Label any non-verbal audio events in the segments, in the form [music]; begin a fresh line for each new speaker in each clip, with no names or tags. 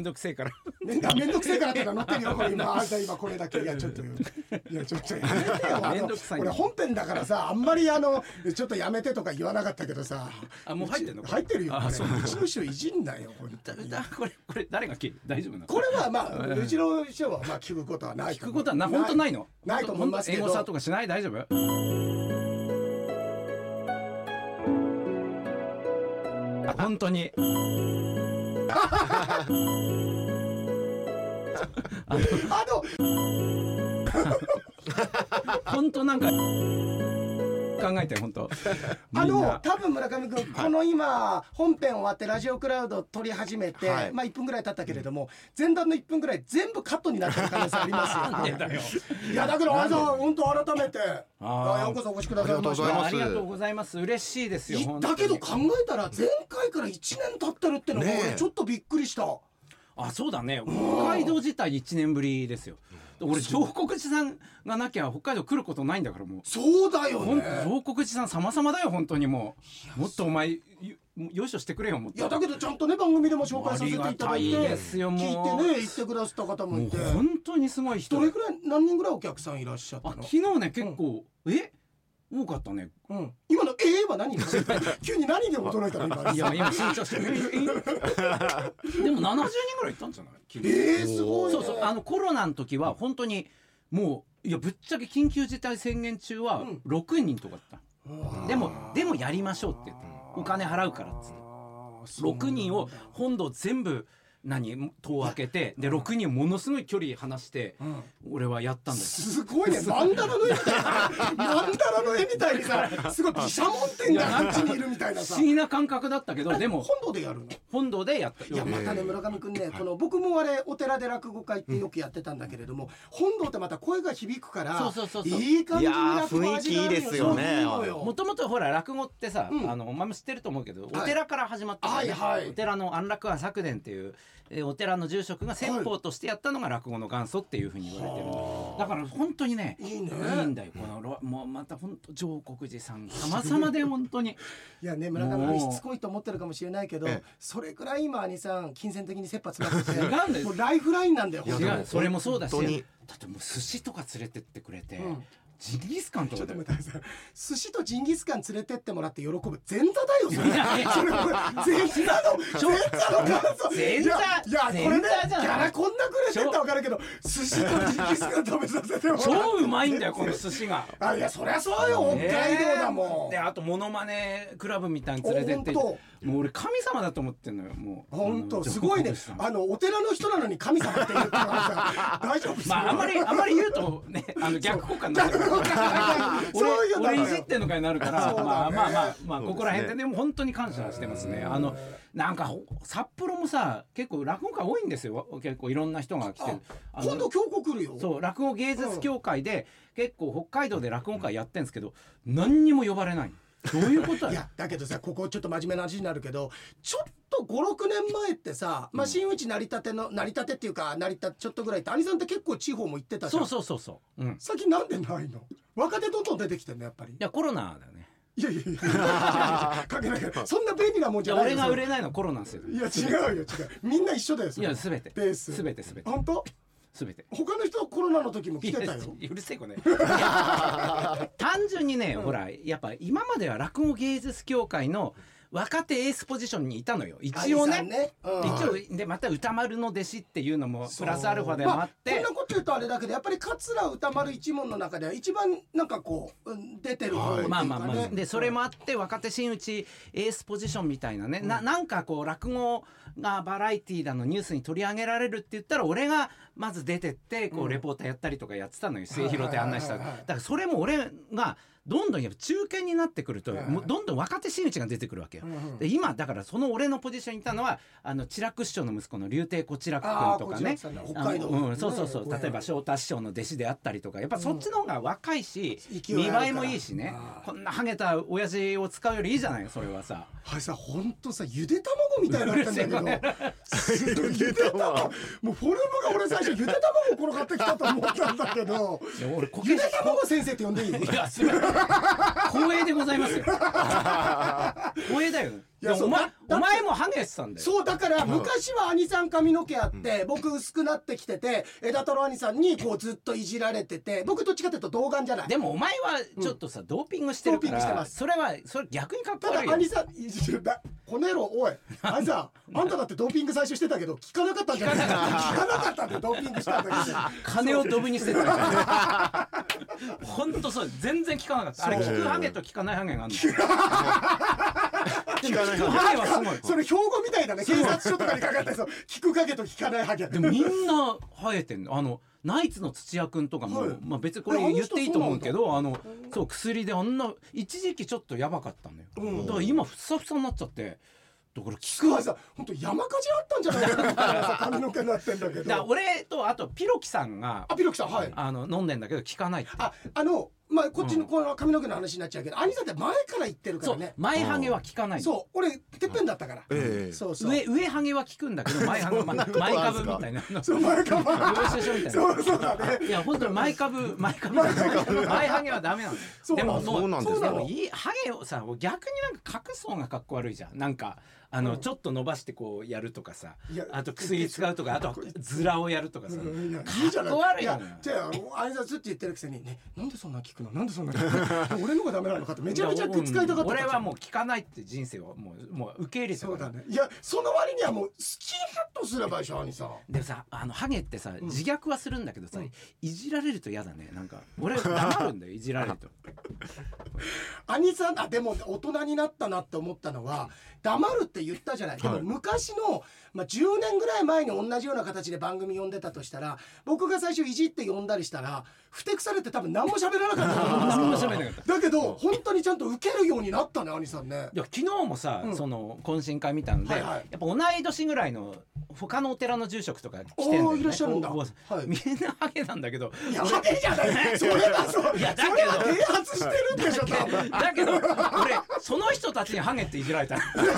んどくせえから
ね、だ [laughs] めんどくせえからってのは載ってるよ、これ今、あんた今これだけ、いや、ちょっと、いや、ちょっとやめてよ、あ
[laughs] めん
の
どくさい
俺本編だからさ、あんまりあの、ちょっとやめてとか言わなかったけどさ。
あもう入ってんの
入ってるよ、これ
あそう
うちの師匠いじんなよ、こ
だだこれこれ誰が聞い大丈夫なの
これはまあ、うちの師匠はまあ聞くことはない
聞くことはな本当ないの
ないと思いますけど
英語さとかしない大丈夫あ本当に
あの、
本当なんか考えて本当
[laughs] あ
みん
の
な
多分村上君、この今、本編終わって、ラジオクラウド撮り始めて、
はい
まあ1分ぐらい経ったけれども、前段の1分ぐらい、全部カットになってる可能性ありますよ、
なんでだよ
いや、だから、わざわざ本当、改めて、
あー
ようこそお越しくださいまし
ありがとうござい
た
ます
ありがとうございます嬉しいですよ
い
本当に
だけど考えたら、前回から1年経ってるってのが、
ねえ
俺、ちょっとびっくりした。
あそうだね北海道自体1年ぶりですよ俺上国寺さんがなきゃ北海道来ることないんだからもう
そうだよ
ほん
ね。
上国寺さん様々だよ本当にもうもっとお前よよいしょしてくれよもっ
い
と
やだけどちゃんとね番組でも紹介させていただいて
ありがたいですよ
聞い
もう
てね行ってくださった方も
も
いうて
本当にすごい人
どれくらい何人ぐらいお客さんいらっしゃった
あ
の
昨日ね結構、え多かったね
うん、今の「ええ」
[laughs]
は何急に何で驚いたの今
いや今緊張してるでも70人ぐらいいたんじゃない昨日
ええすごい、ね、
そうそうあのコロナの時は本当にもういやぶっちゃけ緊急事態宣言中は
うん
6人とかだった、
の
でもでもやりましょうって言ってお金払うからっつって6人を本堂全部何戸を開けてで6人ものすごい距離離して
ん
俺はやったんです
すごいねマンダラの絵みたいなマンダラの絵みたいにさすごい毘沙門天があっちにいるみたいな
不
さ
思議な感覚だったけどでも
本堂でやるの
本堂でやった
いやまたね村上君ね、この僕もあれお寺で落語会ってよくやってたんだけれども、本堂ってまた声が響くから
そうそうそうそう
いい感じに
いやー
落語味がある
雰囲気いいですよね
そうよ
もともとほら落語ってさ、
うん
あのお前も知ってると思うけど、
はい
お寺から始まったからね、
はいはい
お寺の安楽庵作伝っていう、えーお寺の住職が説法としてやったのが落語の元祖っていうふうに言われてるんだ,、だから本当にね
いいね
いいんだよこのろもうまた本当上国寺さん様々で本当に
いやね村上
もう
君しつこいと思ってるかもしれないけど
ええ
それくらい今兄さん金銭的に切羽詰まってて
[laughs] 違うんです
もうライフラインなんだよ
いや
違
でも
うそれもそうだしだっ
本当
ても
に
う寿司とか連れてってくれて、
うん
ジンギスカンと
ちょ
か
っと
だよ
待ってください寿司とジンギスカン連れてってもらって喜ぶ前座だよそれ
いやいや
それこれ前座の前座の感想
前
い
座
やいやこれね
前座じゃない
ギャラこんなくれてったら分かるけど寿司とジンギスカン食べさせてもら
超うまいんだよこの寿司が。
うあいやそりゃそうよ北海道だもん、
であとモノマネクラブみたいに連れてって
お本
もう俺神様だと思ってんのよもう
本
う
当
ん
すごいね
上皇さん
あのお寺の人なのに神様って言ってたからさ大丈夫です
まああんまりあんまり言うと
[laughs]
ねあの逆効果になるから
そう
俺
いうのだ
俺
よ
いじってんのかになるから、
そうだね
まあまあまあまあ
そうですね
ここら辺ででも本当に感謝してますねあのなんかほ札幌もさ結構落語家多いんですよ結構いろんな人が来てるあの
今度京子来るよ
そう落語芸術協会で、結構北海道で落語会やってんですけど何にも呼ばれないどういうこと
い
だよ
やだけどさここちょっと真面目な話になるけどちょっと56年前ってさ、まあ、新内成り立ての成り立てっていうか成り立てちょっとぐらいって兄さんって結構地方も行ってたじゃん
そうそうそうそううん
最近なんでないの若手どんどん出てきてんのやっぱり
いやコロナだよね。
いやいやいやかけないからそんな便利なもん
い
じゃ
や
ない
俺が売
れ
れないのはコロナですよ。
いや違うよ違うみんな一緒だよそ
い
れ
やすべて
ベース
すべてすべて
本当
すべて。
他の人コロナの時も来
い
て
や
たよ
うるせえ
[laughs]
これ。単純にね、ほらやっぱ今までは落語芸術協会の若手エースポジションにいたのよ。一応
兄さん
ね。
ね、うん
一応でまた歌丸の弟子っていうのもプラスアルファでもあっ
ま
て
こんなこと言うとあれだけどやっぱり桂歌丸一門の中では一番なんかこううん出てる方っていうかね、
まあまあまあでそれもあって若手真打ちエースポジションみたいなねななんかこう落語がバラエティーだのニュースに取り上げられるって言ったら俺がまず出てってこうレポーターやったりとかやってたのよ末広で案内した
はい
だ
はいはいはい
からそれも俺がどんどんやっぱ中堅になってくると
はい
もうどんどん若手真打ちが出てくるわけよで今だからその俺のポジションにいたのはあの知楽師匠の息子の竜亭小知楽
あー
君とかね
小知楽さんね
あ
北海道
のうんそうそうそ
ね
う例えば翔太師匠の弟子であったりとかやっぱそっちの方が若いし
勢
見
いあるから
栄えもいいしねこんなハゲた親父を使うよりいいじゃないそれはさ
はいさほんとさゆで卵みたいになったんだけ
[laughs]
どすごいゆで卵もうフォルムが俺最初ゆで卵転がってきたと思ったんだけど
いや俺こ
ゆで卵先生って呼
[laughs]
んでいい [laughs]
いやすごい光栄でございますよ光栄だよ
いや
でもお前
そうだ
お前もハゲてたんだよ
そうだから
い
昔は兄さん髪の毛あって僕薄くなってきてて枝太郎兄さんにこうずっといじられてて僕どっちかっていうと童顔じゃない
でもお前はちょっとさ、ドーピングしてるか
ドーピングして
ら
ます
それはそれ逆にかっこ
た
悪い
だ
よ
兄さんいじるなこの野
[laughs]
郎おい兄さんあんただってドーピング最初してたけど聞かなかったんじゃないか聞かなかったんでドーピングした
[laughs]
んだけど
金をドブに捨てたから [laughs] 本当そう全然聞かなかったあれ聞くハゲと聞かないハゲがあるの聞
聞かない
くハゲはすごい
それ標語みたいだね警察署とかにかかってそう聞く影と聞かないハゲ
でもみんな生えてんのあのナイツの土屋君とかも、
はい
まあ、別にこれ
えあの人
言っていいと思うけどあのそう薬であんな一時期ちょっとやばかったのよ、だから今ふさふさになっちゃってだから聞
菊
く
原さん本当山火事あったんじゃないかなみたい
[laughs]
なさ髪の毛になってんだけ
だから
ど
俺とあとピロキさんが
あピロキさんはい
あの飲んでんだけど聞かないって
ああのまあこっちのこの髪の毛の話になっちゃうけど兄さんって前から言ってるか
そ
ら
う、
ね
前ハゲは聞かないの
そう俺てっぺんだったから
ええ
そうそう
上上ハゲは聞くんだ
[laughs]
けど前ハゲま
ことあ
前
るん
株
す
み
か
たいな
そう前か
領
ら
収書みたい
[laughs] そ
な
うそうだね
いや本当に前株前株前ハゲはダメなんです
そう
でも
そうなんです
で
よ
もいいハゲをさ逆になんか隠す方がかっこ悪いじゃんなんかあの、ちょっと伸ばしてこうやるとかさ
いや [laughs]
あと薬使うとかあとズラをやるとかさ、
うんいや
っこ悪い
い
よ
や
ね
じゃああいつずっと言ってるくせにねなんでそんな聞くのなんでそんな聞
[laughs]
くの俺のがダメなのかってめちゃめちゃ使いたかった
俺はもう聞かないって人生はもうもう受け入れて
そうだねいやその割にはもうスキンヘッドすればいいじゃん兄さん
でもさあのハゲってさ自虐はするんだけどさ、いじられると嫌だねなんか俺黙るんだよいじられると
兄さんあでも大人になったなって思ったのは黙るって言ったじゃないでも
はい
昔の、まあ、10年ぐらい前に同じような形で番組呼んでたとしたら僕が最初いじって呼んだりしたらふてくされて多分何も喋らなかったと思うんです
[laughs]
よ
何も喋んなかった
だけど本当にちゃんと受けるようになったね兄さんね
いや昨日もさ、
うん
その懇親会見たので、
はいはい
やっぱ同い年ぐらいの他のお寺の住職とか来てんだよ、
お
ね、
ーいらっしゃるんだ
お坊さん
はい
みんなハゲなんだけど
いやハゲじゃないそれはそう
いやだけ
そ
ど
れは啓発してるんでしょ多分
だけど俺その人たちにハゲっていじられたの
いや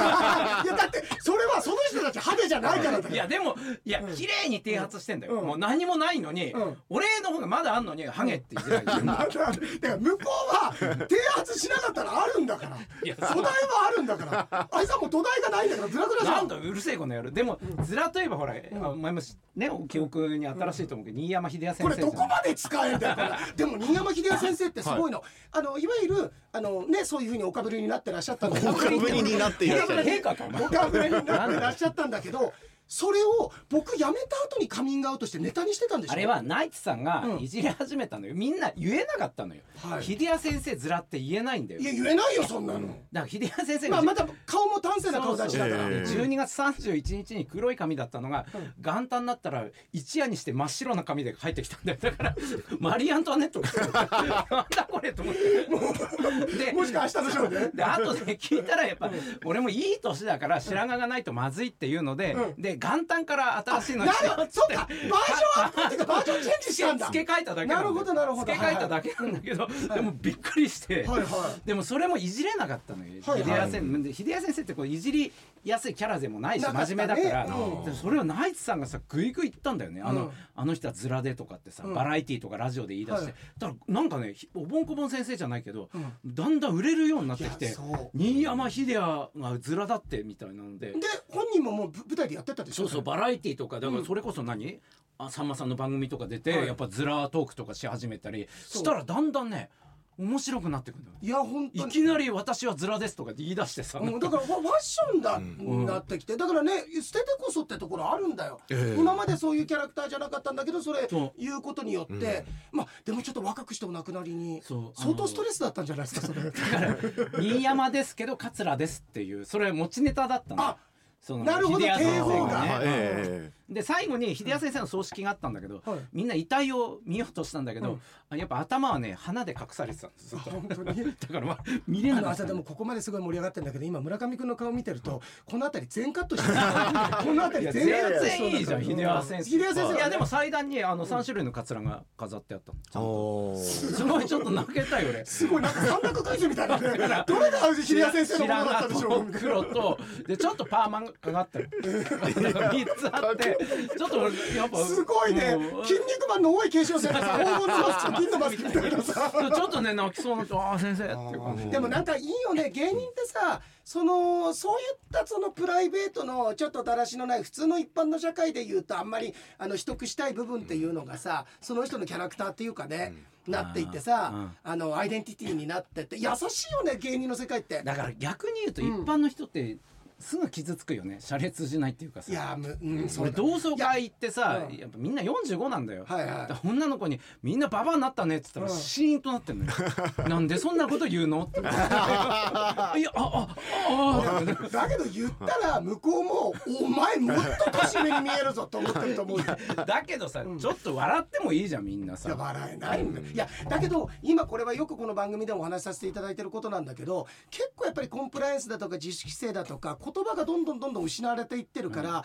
だってそれはその人たち派手じゃないからだ
い
よ
やでもいや綺麗に啓発してんだよ、
うん
もう何もないのに、
うん
俺の方がまだあんのにハゲっていじられてる
だからだから向こうは提発しなかったらあるんだから
いや
土台はあるんだからあいつはもう土台がないんだからずらぐらじゃ
なんんだうるせえこの野郎でもずらといえばほら、あお前もしねお記憶に新しいと思うけど、新山秀哉先
こ
生
れ
じゃん
どこまで使えるんだよこれでも新山秀哉先生ってすごいの、あのいわゆるあのねそういうふうにおかぶりになってらっしゃったんだけど
おかぶりになっていらっしゃる
陛下かお前
おかぶりになってらっしゃったんだけどそれを僕辞めた後にカミングアウトしてネタにしてたんでしょ
あれはナイツさんが
うん
いじり始めたのよ、みんな言えなかったのよ、
はい
秀哉先生ずらって言えないんだよ
いや言えないよそんなの、
だから秀哉先生
ま
が
あ、また顔も端正な
そ
顔
うそう
立ちだから、
ええ
12月31日に黒い髪だったのが、元旦になったら一夜にして真っ白な髪で入ってきたんだよだからマリー・アントワネットがなんだこれと思ってで
もしかしたでしょうね
で後で聞いたらやっぱ俺もいい年だから白髪がないとまずいっていうので、
う
で元旦から新しいのに
なる
しよう
ほ
っ
ど
つ
そ
っ
っかバー
て [laughs]
ジョンアップっていうかバージョンチェンジしたんだ
付け替えただけんだよ
なるほどなるほど
付け替えただけなんだけど、でもびっくりして、
はいは
でもそれもいじれなかったのよ、
はい
秀哉先生で秀哉先生ってこういじりやすいキャラでもないし
なかった
真
ね
面目だから、
うん
でそれをナイツさんがさグイグイ言ったんだよねあの,、
うん
あの人はズラでとかってさ、
うん
バラエティーとかラジオで言い出して、
はい
だからなんかねひおぼんこぼん先生じゃないけど、
うん
だんだん売れるようになってき
いや
て
そう
新山秀哉がズラだってみたいなので
で本人ももうぶ舞台でやってたでし
そ
ょ
うそうバラエティーとかだからそれこそ何、あさんまさんの番組とか出て、
はい
やっぱズラトークとかし始めたりしたらだんだんね面白くなってくるんだよ
いや本
い
当に
きなり私はズラですとかって言い出してさ、
もうだからファファッションだ、なってきてだからね捨ててこそってところあるんだよ、
ええ
今までそういうキャラクターじゃなかったんだけどそれ
そう
言うことによって、まあでもちょっと若くしてお亡くなりに
そうあの
相当ストレスだったんじゃないですかそれ
新山ですけど桂ですっていうそれ持ちネタだったの
[laughs] あ
その
なるほど
秀哉先生
そうだ
あ
が
は
ね
いえ
で最後に秀哉先生の葬式があったんだけど、
はい
みんな遺体を見ようとしたんだけど、あやっぱ頭はね花で隠されてたんですずっと
本当に
だから、まあ、見れ
あ
な
の
かっ
朝
た
でもここまですごい盛り上がってるんだけど今村上君の顔見てるとこの辺り全カッ
[laughs]
トしてるこの辺り
全
全カット
然いいじゃん秀哉先生
秀哉先生
いやでも祭壇にあの3種類のカツラが飾ってあったの
えおー
すごいちょっと泣けたよ俺
すごいなんか三択クイズみたいなねどれが秀哉先生のものだったでしょう
白髪と黒とでちょっとパーマがかかってる3つあってちょっと俺やっぱ
すごいね
う。ん
筋肉マンの多い
[laughs]
継承戦がさ、黄金のマスクと銀のマスクみたいなさ。
ちょっとね泣きそうになってああ先生っていう感じ
でもなんかいいよね芸人ってさそのそういったそのプライベートのちょっとだらしのない普通の一般の社会で言うとあんまりあの取得したい部分っていうのがさその人のキャラクターっていうかね、なっていってさ
うん
あのアイデンティティになってって優しいよね芸人の世界って。
だから逆に言うと
ん
一般の人ってすぐ傷つくよね車列じないっていうかさ
いやむ、うん、
俺
だ
同窓会行ってさ
いやうん
やっぱみんな45なんだよ、
は
[laughs]
いはい
だから女の子に「みんなババアになったね」っつったら
うん
シーンとなって
[laughs]
んのよ「なんでそんなこと言うの?」って「いやああああ」って
だけど言ったら向こうも「お前もっと年上に見えるぞ」と思ってると思うよ。
だけどさ、ちょっと笑ってもいいじゃんみんない
や
さ
笑えないんだよいやだけど今これはよくこの番組でもお話しさせていただいてることなんだけど結構やっぱりコンプライアンスだとか自主規制だとか言葉がどんどんどんどん失われていってるから、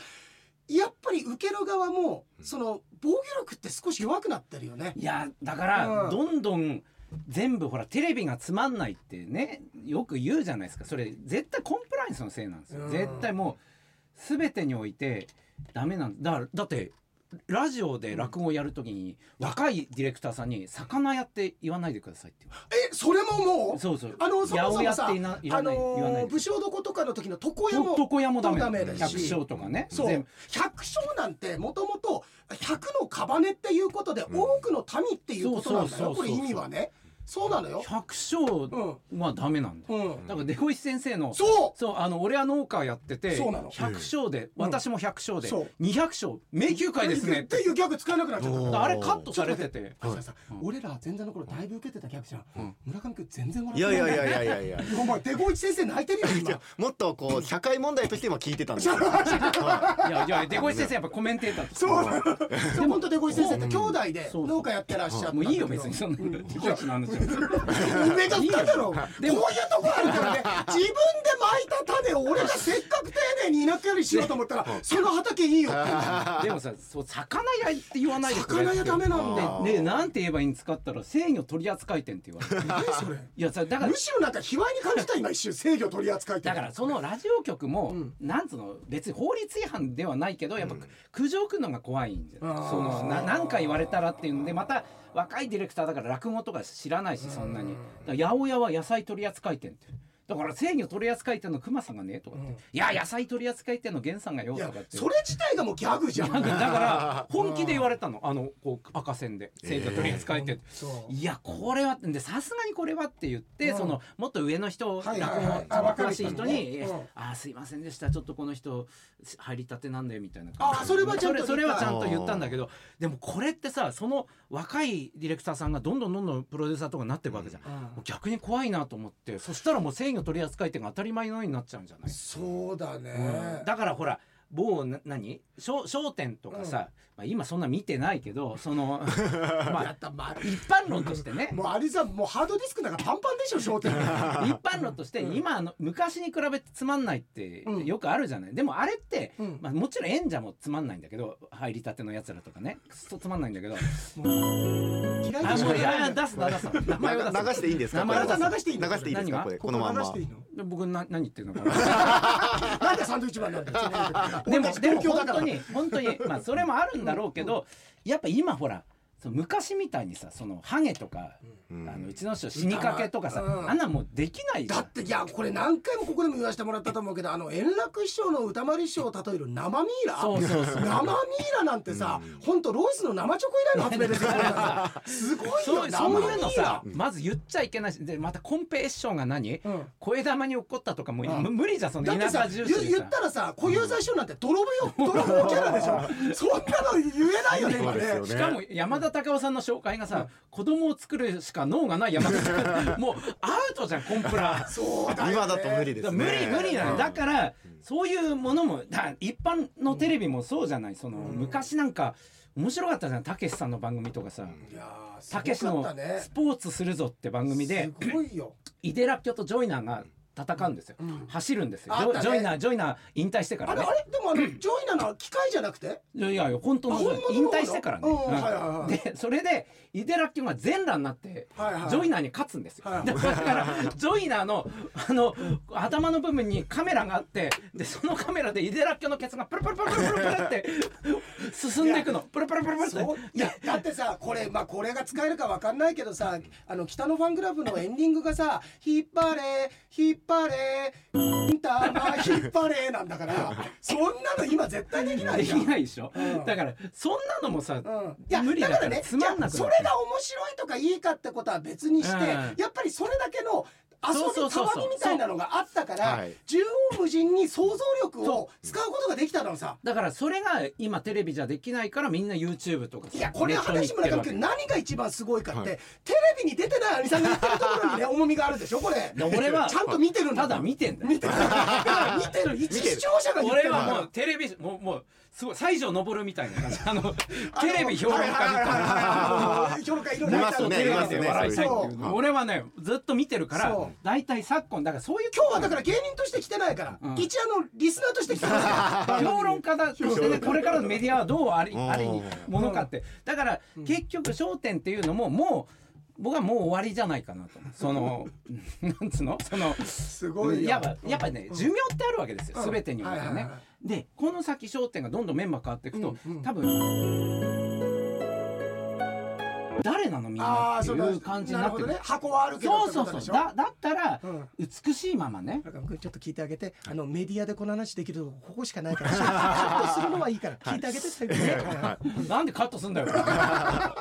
やっぱり受ける側もその防御力って少し弱くなってるよね。
いやだから、
うん
どんどん全部ほらテレビがつまんないってねよく言うじゃないですかそれ絶対コンプライアンスのせいなんですよ、
うん
絶対もう全てにおいてダメなんだからだってラジオで落語をやるときに、若いディレクターさんに「魚屋って言わないでください」って言わ
えそれもも
れ
う
そうそう
あのそもそもさ
八百屋っていないら
あ
ない、言わな
の
い
ー武将床とかの時の床屋も
床屋もダメ
ダメだし
百姓とかね
そ
全
う
部
百姓なんてもともと百の束ねっていうことで多くの民っていうことなんだ
そ
よ
うそうそうそう
これ意味はねそうなのよ。
百姓はダメなんだよ、
うん
だから出越先生の
そう
そうあの俺は農家やってて
そうなの
100勝で、私も100勝で、
そう
200勝迷宮会ですねっ
って
て
いうギャグ使えなくなっちゃった
お
か
ー
ら
あれカットされてて
橋田さん俺ら前座の頃だいぶ受けてたギャグじゃん、村上君全然
い
笑
や
って
い
ない
やいやいやいやい [laughs] や。
お前出越先生泣いてるよ
いや
今
もっとこう社会問題として今聞いてたんですよ。はい
やいや出越先生やっぱコメンテーターとして
そうなのそう本当出越先生って兄弟で
そう
農家やってらっしゃった
もういいよ別にそんな出越の話は
梅がっただろこう
いい
いう
よ
とこあるからね自分で撒いた種を俺がせっかく丁寧に田舎よりしようと思ったらその畑いいよって言うんだ
でもさそう魚屋って言わないでくれ
魚屋ダメなんだ
ででなんて言えばいいんですかって言ったら制御取扱店って言われて
何それ
いやさだから
むしろなんか卑猥に感じた今一瞬制御取り扱いって
だからそのラジオ局も、なんつうの別に法律違反ではないけどやっぱ苦情くのが怖いんじゃない、
あー
そのな何か言われたらっていうんでまた若いディレクターだから落語とか知らないしそんなに、だから八百屋は野菜取り扱い店ってだから制御取り扱い店の熊さんがねとかって、いや野菜取り扱い店の源さんがよ
い
とかっ
や
て
それ自体がもうギャグじゃん
なんかだから本気で言われたのあのこう赤線で制御取り扱い店、
そう
いやこれはでさすがにこれはって言って、
うん
そのもっと上の人
は
落
い
語
はいはい
詳しい人に「
あ分かる人にねうん
えあーすいませんでしたちょっとこの人入りたてなんだよ」みたいな
あーそれはちゃんと
それそれ
言っ
は
た
ちゃんと言ったんだけどでもこれってさその若いディレクターさんがどんどんどんどんプロデューサーとかになってるわけじゃん、
うん
もう逆に怖いなと思ってそしたらもう制御取り扱い店が当たり前のようになっちゃうんじゃない
そうだ
うん
ね
だからほら某な何商商店とかさ、まあ、今そんな見てないけどそ [laughs] のま
や
あ
ったまあ
一般論としてね
もうアリさんもうハードディスクなんかパンパンでしょ商店
[laughs]
街
一般論として今あの昔に比べてつまんないって
うん
よくあるじゃない、でもあれって、
うん
まあ、もちろん演者もつまんないんだけど入りたてのやつらとかねくっそつまんないんだけど
嫌い
あ
でし
も
ょ
ういやいや出すな出す
[laughs]
な名前を出す
流していいんですか。
名前を出す
流していい
流
の
していいです
何が
かこれこのまん
流
ま
してい。いの
で僕な何言ってるのか
[laughs]
な
なんでサンドイッチマンなんだ
[laughs]
よ
でもでも
東京だ
本
から
当に本当にまあそれもあるんだろうけど、やっぱ今ほらその昔みたいにさそのハゲとか、うあのうちの師匠死にかけとかさ、
うん
あんなもうできないじゃん
だっていやこれ何回もここでも言わせてもらったと思うけどあの円楽師匠の歌丸師匠を例える生ミイラ
そうそうそう
生ミイラなんてさ本当ロイスの生チョコ以来の発明ですよこれさすごい
そ
よ
う
生
そういう
ミ
の
イラ
さまず言っちゃいけないしでまたコンペ師匠が何、
ん
声玉に怒ったとかもう、む無理じゃんその
だって
田
さ
舎
言
重
う
視で
言ったらさ小遊三師匠なんて泥棒よ泥棒キャラで
[laughs]
しょそんなの言えないよね今ね
そうです
し
よね
かも山田隆夫さんの紹介がさ、子供を作るしか脳がない山田さ
[laughs]
んもうアウトじゃんコンプラ
そうだよね
今だと無理ですね。
無理無理な
う
の
ん
だからそういうものもだ一般のテレビもそうじゃないその、昔なんか面白かったじゃんたけしさんの番組とかさ
いやーす
たけし
ご
の
かったね
スポーツするぞって番組です
ごいよ
井出らっきょとジョイナーが戦うんですよ、走るんですよジ
あった
ョ
ね
ジョイナージョイナー引退してから
あれ
ね
あれでも
[clears throat]
あのジョイナの機械じゃなくて
いやいや本当の
あ本物
引
の方
退してからね、
うんはいはいはい
でそれでイデラッキョが全裸になって、
はいはい
ジョイナーに勝つんですよ、
はい
だからジョイナーのあの頭の部分にカメラがあってでそのカメラでイデラッキョのケツがプルプルプルプルプルプルって進んでいくのプルプルプルプルっ
そう
て
いやだってさこれまあこれが使えるかわかんないけどさあの北のファンクラブのエンディングがさ「引っ張れ引っ張
[laughs]
れんたま引っ張れ」なんだからそんなの今絶対できない
で
じ
き
ゃん。
ないでしょ、
うん
だからそんなのもさ、
うん、いや
無理だから
だからね
つまんなくなっ
じゃあそれが面白いとかいいかってことは別にして、
うん
やっぱりそれだけの
そうそ
遊び
うそう
た
そう
わみみたいなのがあったから
はい
縦横無尽に想像力を
そ
使うことができたのさ。
だからそれが今テレビじゃできないからみんな YouTube とかさ
いやこれ
ネットに
話
行っ
村
てる
上
わけ
君何が一番すごいかって、
はい
テレビに出てないアニさんが言ってるところにね重みがあるでしょこれ
いや俺は
ちゃんと見てるんだ
ただ見てんだよ
見てるだから見てる一
見てる
視聴者が言って
俺
るんだ
は
か
も
ら
うテレビもうもうすごい西条昇るみたいな感じあ
[laughs]
のテレビ評論家みたいな。 [laughs]
な評論家いろいろ
いますよね
テレビ
いますよ
で
ね
笑いたいっていう
そう
の俺はねずっと見てるから
そう
大体昨今だからそういう
今日はだから芸人として来てないから、
うん
一応あのリスナーとして来てます
[laughs]
から
評論家だとしてねこれからのメディアはどうあり
うん
ありものかってだから結局『焦点』っていうのももう僕はもう終わりじゃないかなとその [laughs] なんつうのその
すごいよ
やっぱやっぱね寿命ってあるわけですよ
うん
全てにおいて
はいはい
ね
はい。
でこの先『焦点』がどんどんメンバー変わっていくと
うんうん
多分誰なのみん
あ
な
あ
って
そ
いうう感じにな
る
っ
ほ
て
ど
くる
ね箱はあるけ
そ
ど
う
って
そ
こ
う
と
そう
でしょ
だだったら
うん
美しいまま
[laughs]
ね
村上君ちょっと聞いてあげてあのメディアでこの話できるとこここしかないからカットするのはいいから聞いてあげて最後ね
はい
なんでカットすんだよ
あ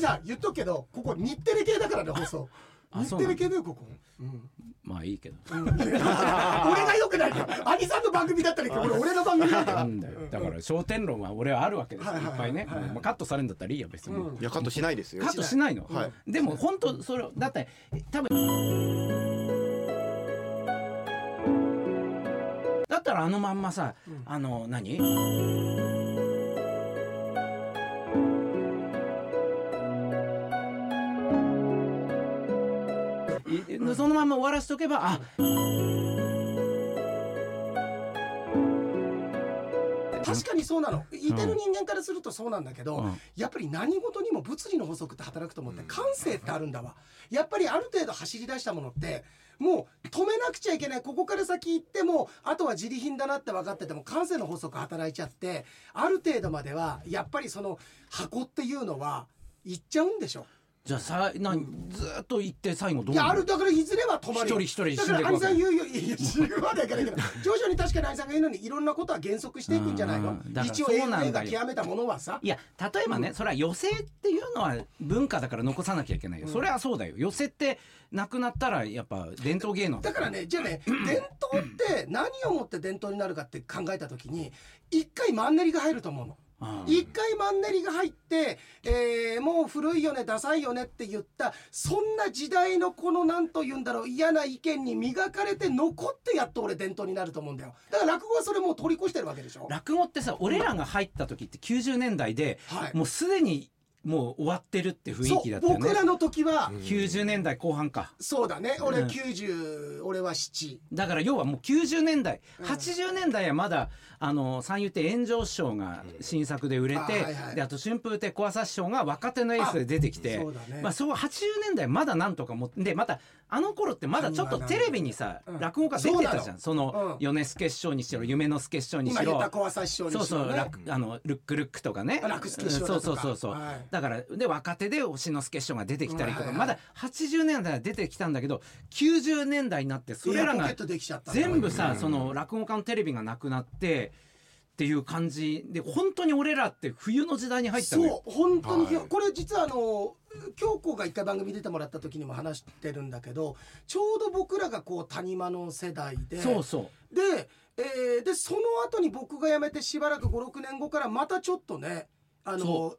じゃあ言っとくけどここ日テレ系だからね放送
あ
日
そう
テ
なの
レ系だよここ、うん、
[laughs] まあいいけど
[laughs] 俺がよくないよ兄さんの番組だったらいいけど俺俺の番組だった
な
ら
んだよだから焦点論は俺はあるわけですよ
はい
い
は
っ
いは
ぱ
い
いね
はいはい
まあカットされるんだったらいいや別に
うん
いやカットしないですよ
カットしないの
はい
でも本当それだって多分だったらあのまんまさ
うん
あの何いそのまま終わらせとけばあ
確かにそうなのいてる人間からするとそうなんだけど、
うん
やっぱり何事にも物理の法則って働くと思って感性ってあるんだわやっぱりある程度走り出したものってもう止めなくちゃいけないここから先行ってもあとは自利品だなって分かってても感性の法則働いちゃってある程度まではやっぱりその箱っていうのは行っちゃうんでしょ
じゃあさ何ずーっと行って最後どう
いや
な
あ
る
るだからいずれは止まるよ
一人一人
だ
死ん
か
でく
ら兄
わけ
さん言うよいや死ぬまではいかないけど徐々に確かに兄さんが言うのにいろんなことは減速していくんじゃないの
うんだから
一応
そうなんだよ
映画極めたものはさ
いや例えばね、それは余生っていうのは文化だから残さなきゃいけないよ、それはそうだよ寄せってなくなったらやっぱ伝統芸能
だからねじゃ
[clears throat]
あね伝統って何をもって伝統になるかって考えた時に一回マンネリが入ると思うの。
うん
一回マンネリが入って、えーもう古いよねダサいよねって言ったそんな時代のこのなんと言うんだろう嫌な意見に磨かれて残ってやっと俺伝統になると思うんだよだから落語はそれもう取り越してるわけでしょ
落語ってさ俺らが入った時って90年代で、
はい
もうすでにもう終わってるって雰囲気だった
そ
よ
う
ね
僕らの時は、
90年代後半か
そうだね俺
うん
90、俺は7
だから要はもう90年代、
うん
80年代はまだあの三遊亭円城師匠が新作で売れて、
あはいはい
であと春風亭小朝師匠が若手のエースで出てきて
あそうだね
まあ、そう80年代まだなんとかもでまたあの頃ってまだちょっとテレビにさ、
うん
落語家出てたじゃんそ
うん
の米助師匠にしろ夢之助師匠に
今
し
言った
ろ。
小朝師匠にしろ、
そ
ね、
うそう、楽あのルックルックとかね
あ楽助師匠
そ
だと
う
か
そうそうそう、
はい
だからで若手で星之助師匠が出てきたりとか、
うんはい
ま
はい
だ80年代は出てきたんだけど90年代になってそれら
エアポ
が
ケットできちゃったんだ
全部さその落語家のテレビがなくなってっていう感じで本当に俺らって冬の時代に入ったのよ。
そう本当に、
はい
これ実はあの京子が一回番組出てもらった時にも話してるんだけどちょうど僕らがこう谷間の世代で
そうそう
で,、えーでその後に僕が辞めてしばらく56年後からまたちょっとねあの
そ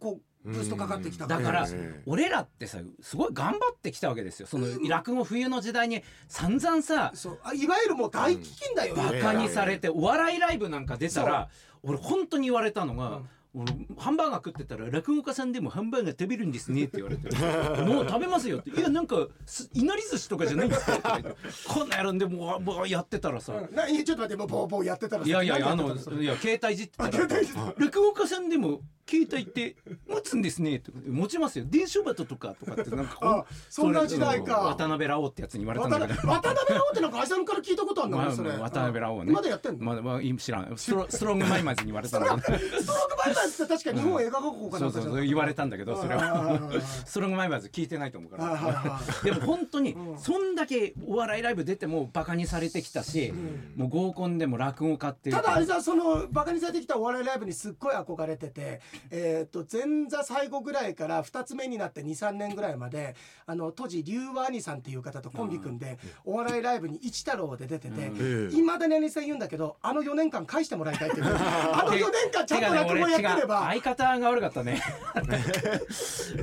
こうブーストかかってきた
だから
ええ
俺らってさすごい頑張ってきたわけですよその落語冬の時代に散々さ
そうあいわゆるもう大飢饉だよ、
バカにされてお笑いライブなんか出たら俺本当に言われたのが。俺ハンバーガー食ってたら落語家さんでもハンバーガー食べるんですねって言われ
[laughs]
て「もう食べますよ」って「いやなんかすいなり寿司とかじゃないんですか?」って言われてこんなやるんでもうもうやってたらさ
うんないやちょっと待ってもうボーボーやってたら
いやいやいやあの
何ってたのそれ
いや携帯いじってたら
携帯いじってた
落語家さんでも携帯って持つんですね」とか「持ちますよ電書バトとか」とかってなんかこう
あそんな時代か
それ渡辺ラオウってやつに言われた
渡
んだ
辺
けど。
渡辺直ってなんか愛さんから聞いたことあるんだ
ま
も
あ
んそれ
渡辺ラオウね
まだやってんの
まだまあ今知らんストロストロングマイマーズに言われたんだけど
ストロークバイバイって確か日本映画学校か
そ
な
うんそ
か
う
じゃ
そう言われたんだけどそれ
あああああ
は
あ
ストロングマイマーズ聞いてないと思うか
ああああ
ら
ああ
でも本当に
うん
そんだけお笑いライブ出てもバカにされてきたしもう合コンでも落語家っていう
ただあれさそのバカにされてきたお笑いライブにすっごい憧れてて、えー、と前座最後ぐらいから2つ目になって23年ぐらいまであの当時龍和兄さんっていう方とコンビ組んで、お笑いライブに一太郎で出てて
うん
いま、未だに兄さん言うんだけどあの4年間返してもらいたいっ
[laughs]
ていうあの4年間ちゃんと落語やってれば。
相方が悪かったね
[laughs]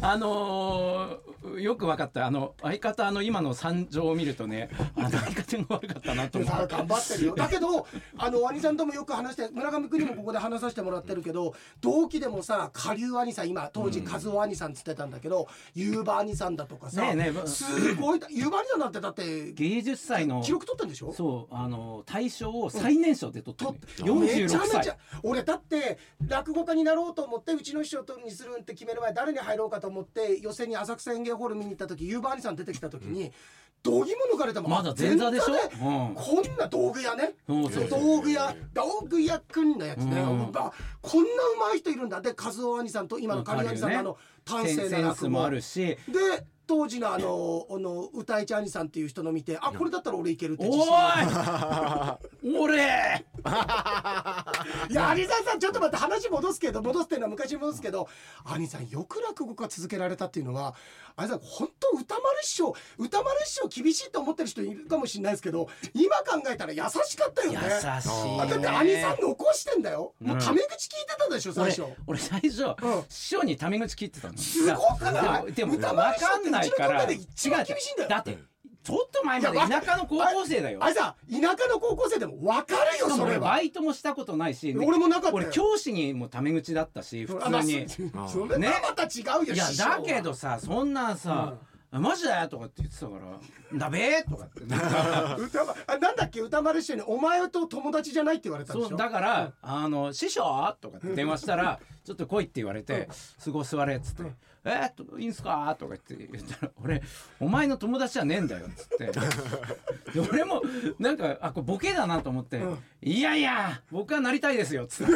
あのーよく分かったあの相方の今の惨状を見るとねあの相方が悪かったなと思
さあ
う
頑張ってるよだけどあの兄さんともよく話して村上君にもここで話させてもらってるけど同期でもさ下流兄さん今当時和夫兄さんっつってたんだけどゆうば兄さんだとかさ
ねえねえ
すごいゆうば兄さんなんてだって
芸術祭の
記録取ったんでしょ
そうあの大賞を最年少で取った、
と
ね
めちゃ
46
めちゃ
歳
俺だって落語家になろうと思ってうちの師匠とにするんって決める前誰に入ろうかと思って予選に浅草園芸ホール見に行った時ゆうば兄さん出てきた時に度肝抜かれたもん
まだ前座でしょ
前ね
うん
こんな道具屋ね
そうそうそう
道具屋道具屋くんのやつね、
うん
まあこんな上手い人いるんだで和夫兄さんと今の上兄さんのあの
セン
端正
セ
な
ンス
落語
もある
[laughs]
し
で当時のあのあの歌いち兄さんっていう人の見てあこれだったら俺いけるって
おーい
[laughs]
俺
いや兄さんさんちょっと待って話戻すけど戻すっていうのは昔に戻すけど兄さんよく落語家続けられたっていうのは兄さん本当歌丸師匠歌丸師匠厳しいと思ってる人いるかもしれないですけど今考えたら優しかったよ
優
ね
し
だ
い
って
ね
兄さん残してんだよ、もうタメ口聞いてたでしょ最
俺
初
俺最初、
ん
師匠にタメ口切ってたの
すごくない
でもでも
歌
分
丸師匠
かんないから
ってうちの中で一番厳しいんだ
違う違
よ
うだってちょっと前まで田舎の高校生だよ
あれさ田舎の高校生でも分かるよ
しかも
それ
俺
は
バイトもしたことないし
俺もなかったよ
俺教師にもタメ口だったし普
あまあ
通に
そそれはまた違うよ、
いや
師匠は
だけどさそんなんさ、マジだよとかって言ってたから「だべえ」とかってなんか
[laughs] 歌丸あなんだっけ歌丸師匠に「お前と友達じゃない」って言われたんでし
そ
ょ
うだから「あの師匠?」とかって電話したら「ちょっと来い」って言われて「すごい座れ」っつって「えっといいんすか?」とかって言ったら「俺お前の友達じゃねえんだよ」っつって
[laughs]
で俺もなんかあこれボケだなと思って「いやいや僕はなりたいですよ」っ
[laughs]
つって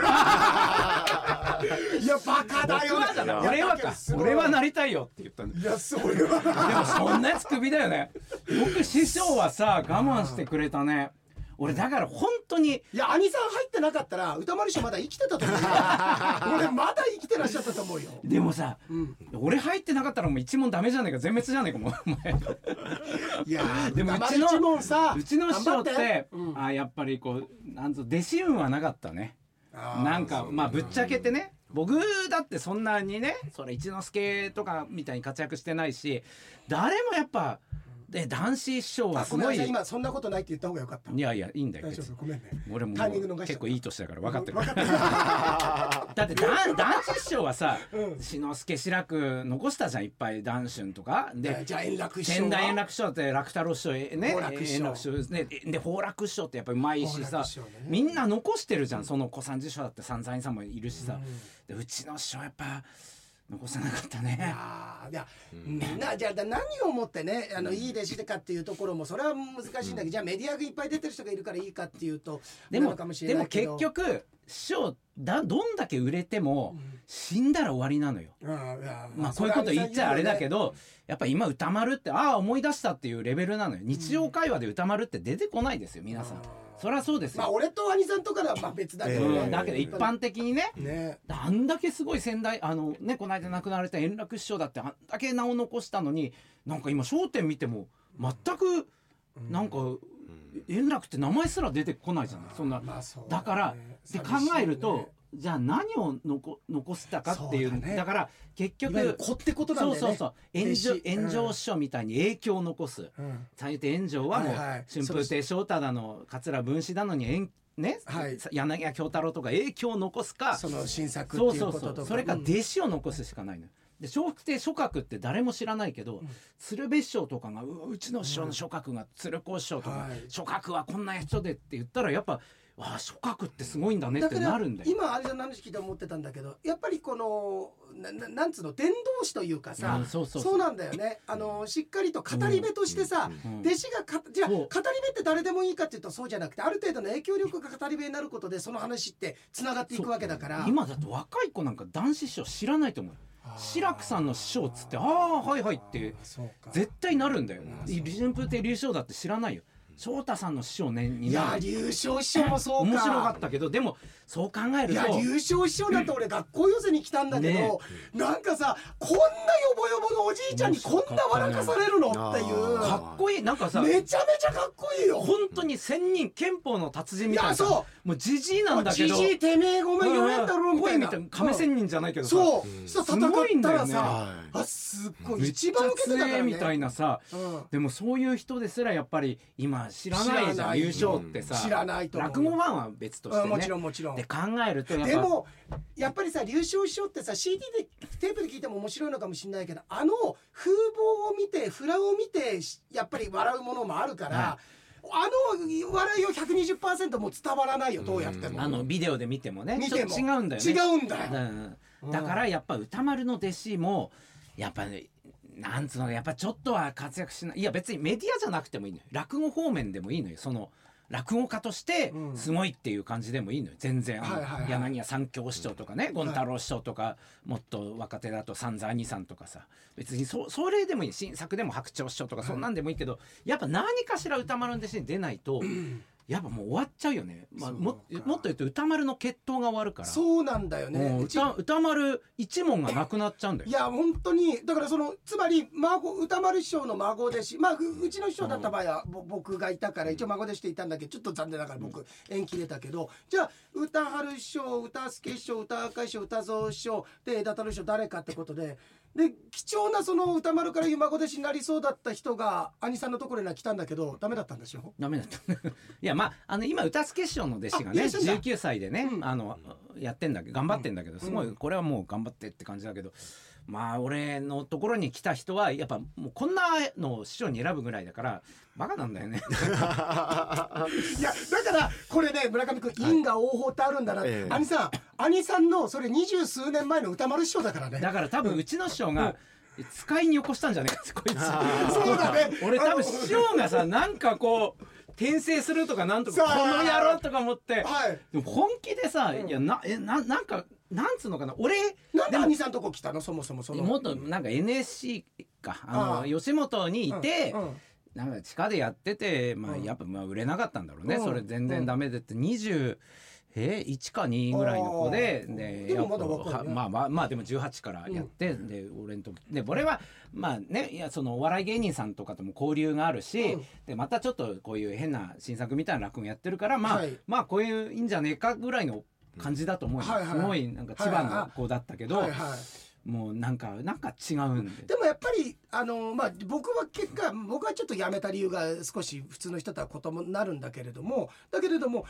いやバカだよ、ね、
「
いや
俺は
だけど
か
すごい
俺はなりたいよ」って言ったんだ
いやそれは
でもそんなやつクビだよね僕師匠はさ我慢してくれたね俺だから本当に
いや兄さん入ってなかったら歌丸師匠まだ生きてた
[laughs]
と思うよ俺まだ生きてらっしゃったと思うよ
でもさ、俺入ってなかったらもう一問ダメじゃねえか全滅じゃねえか
[laughs]
もうお前
いやー
でもう
歌
ち
丸一門さ
のうちの師匠っ
頑張
てあやっぱりこうなんぞ弟子運はなかったねなんかまあぶっちゃけてね僕だってそんなにねそれ一之輔とかみたいに活躍してないし誰もやっぱで男子師匠は
あ
す
ごめん
ご
ないさい
い
今そんなことないって言った方がよかった
やいやいいんだよ
大
別
丈
に
夫ごめんね
俺も
タイミング逃しちゃった
結構いい年だから分かってる
分かってる
だってだ男子師匠はさ志の輔志らく残したじゃんいっぱい男春とかで
じゃあ円楽師匠は
仙台円楽師匠って楽太郎師匠えね
好楽師匠
円楽師匠ですねで宝楽師匠ってやっぱりうまいし
好
さ
楽師匠ね
みんな残してるじゃんその小三治師匠だって三三院さんもいるしさでうちの師匠やっぱ残さなかったね
あーいやみんなじゃあだ何をもってねあのいい弟子かっていうところもそれは難しいんだけど、じゃあメディアがいっぱい出てる人がいるからいいかっていうと
で
な
も
のかもし
で
れな
も
いけ
結
ど
局師匠だどんだけ売れても死んだら終わりなのよ
うんいや
まあ、こういうこと言っちゃあれだけどやっぱ今歌丸ってああ思い出したっていうレベルなのよ日常会話で歌丸って出てこないですよ皆さんそりゃそうです
まあ
よ、
俺と兄さんとかはまあ別だけど、
俺
ね
は
うん、だけど一般的にね
ね
あんだけすごい先代あのねこの間亡くなられた円楽師匠だってあんだけ名を残したのになんか今『笑点』見ても全くなんか円楽って名前すら出てこないじゃないそんな、
まあそう
だ
だね
からで考えると、
寂しいね
じゃあ何を残残したかっていう
そうだね
だから結
いわ
局
ゆる子ってことなんだよね
そうそうそう炎上
弟子
炎上師匠みたいに影響を残す、
うん
最低炎上はもう、
はいはい
春風亭昇太だの桂文枝だのにえんね、
はい
柳家京太郎とか影響を残すか
その新作
そ
っ
う
てい
そ
うこ
う
と
そ
とか
うそれか
うん
弟子を残すしかないのよ。で笑福亭諸閣って誰も知らないけど、鶴瓶師匠とかがううちの師匠の諸閣が鶴光師匠とか、
はい
諸閣はこんな人でって言ったらやっぱわあ諸角ってすごいんだねっ
だ
て
か
な
ら
るんだよ。
今有田さんの話聞いて思ってたんだけどやっぱりこのなななんつうの伝道師というかさ、
うんそうそうそう
そうなんだよねあのしっかりと語り部としてさ、
うん
弟子がかじゃあ
そ
語
う
り部って誰でもいいかっていうとそうじゃなくてある程度の影響力が語り部になることでその話ってつながっていくわけだから
今だと若い子なんか男子師匠知らないと思うよ白くさんの師匠っつってああはいはいって
そうか
絶対なるんだよ
うん
順風亭流昇だって知らないよ翔太さんの師匠ねに
い
な
や
る
優勝師匠もそうか
面白かったけどでもそう考える
いや
と
優勝師匠なんて俺学校寄せに来たんだけど、
ね
なんかさこんなヨボヨボのおじいちゃんにこんな笑かされるのっていう
あー
かっこいいなんかさ
めちゃめちゃかっこいいよ。
本当に千人憲法の達人みたい
い
な
や
さ
そ
もうじじいなんだけ
じ
ど
じいてめえごめん酔えんだろみたいな。
声み亀仙人じゃないけどさ
そうう。
ん
さ
すごい
戦
ん
っ
だ
た
よ
ら
ね
さ、
は
あすっごい
めっち
一
ゃ
番受けてたか
強
ら
え
ね。
みたいなさ
うん。
でもそういう人ですらやっぱり今知らない
知
じ
ら
ゃ
なんい
優勝ってさ
知らないと思う
落語ファンは別とし
う
て
ん
ね
もちろんもちろん
で。考えるとやっぱ
でもやっぱりさ流暢師匠ってさ CD でテープで聞いても面白いのかもしれないけどあの風貌を見てフラを見てしやっぱり笑うものもあるから、
は
あの笑いを120%もう伝わらないよどうやっても。
あのビデオで見てもね
見
ち
て
ょっ
も
と違うんだよね
違うんだよ
うんだからやっぱ歌丸の弟子もやっぱねなんつうのやっぱちょっとは活躍しないいや別にメディアじゃなくてもいいのよ落語方面でもいいのよその落語家として
うん
すごいっていう感じでもいいのよ全然あの
はいはいはい
柳家三京師匠とかね権太郎師匠とかもっと若手だと三座兄さんとかさ別にそそれでもいい新作でも白鳥師匠とかそんなんでもいいけどやっぱ何かしら歌丸の弟子に出ないとやっぱもう終わっちゃうよねまあも
そうか
もっと言うと歌丸の血統が終わるから。
そうなんだよね
も。う
うち
歌歌丸一問がなくなっちゃうんだよ
い。や本当にだからそのつまり孫歌丸師匠の孫弟子まあううちの師匠だった場合はぼ僕がいたから一応孫弟子っていたんだけどちょっと残念ながら僕縁切れたけどじゃあ歌春師匠歌助師匠歌赤師匠歌蔵師匠で枝太郎師匠誰かってことで。で貴重なその歌丸からいう孫弟子になりそうだった人が兄さんのところには来たんだけどダメだったんでしょ
ダメだった。 [laughs] いやまああの今歌助師匠の弟子が
あいら
ね
っしゃるんだ
19歳でね、
うん
あのやってんだけど頑張ってんだけどすごいこれはもう頑張ってって感じだけど。まあ俺のところに来た人はやっぱもうこんなのを師匠に選ぶぐらいだからバカなんだよね [laughs]
いやだからこれね村上君因果応報ってあるんだなって、
ええ
兄さん兄さんのそれ二十数年前の歌丸師匠だからね
だから多分うちの師匠が使いに起こしたんじゃないかってこいつ
そうだね
俺多
あの
分師匠がさなんかこう転生するとかなんとか
さあ
この野郎とか思って
はい
でも本気でさ、いやなえななんかなんつうのかな俺
なんで
でも
兄さんとこ来たのそもそもその
もっとなんか NSC かあの
ああ
吉本にいて、
うんうん
なんか地下でやってて、まあ、
うん
やっぱまあ売れなかったんだろうね、
うん
それ全然ダメでって20。え1か2ぐらいの子で
あー
ね
でも
やっぱ
まだ若いね
はまあまあまあでも18からやって、で俺の時で俺はまあねいやそのお笑い芸人さんとかとも交流があるし、
うん
でまたちょっとこういう変な新作みたいな落語やってるからまあ、
はい
まあこういういいんじゃねえかぐらいの感じだと思うよ、
はいはい
すごいなんか千葉の子だったけど、
はいは
もうなんかなんか違うんで
い、でもやっぱりあの、まあ、僕は結果僕はちょっと辞めた理由が少し普通の人とは異なるんだけれどもだけれども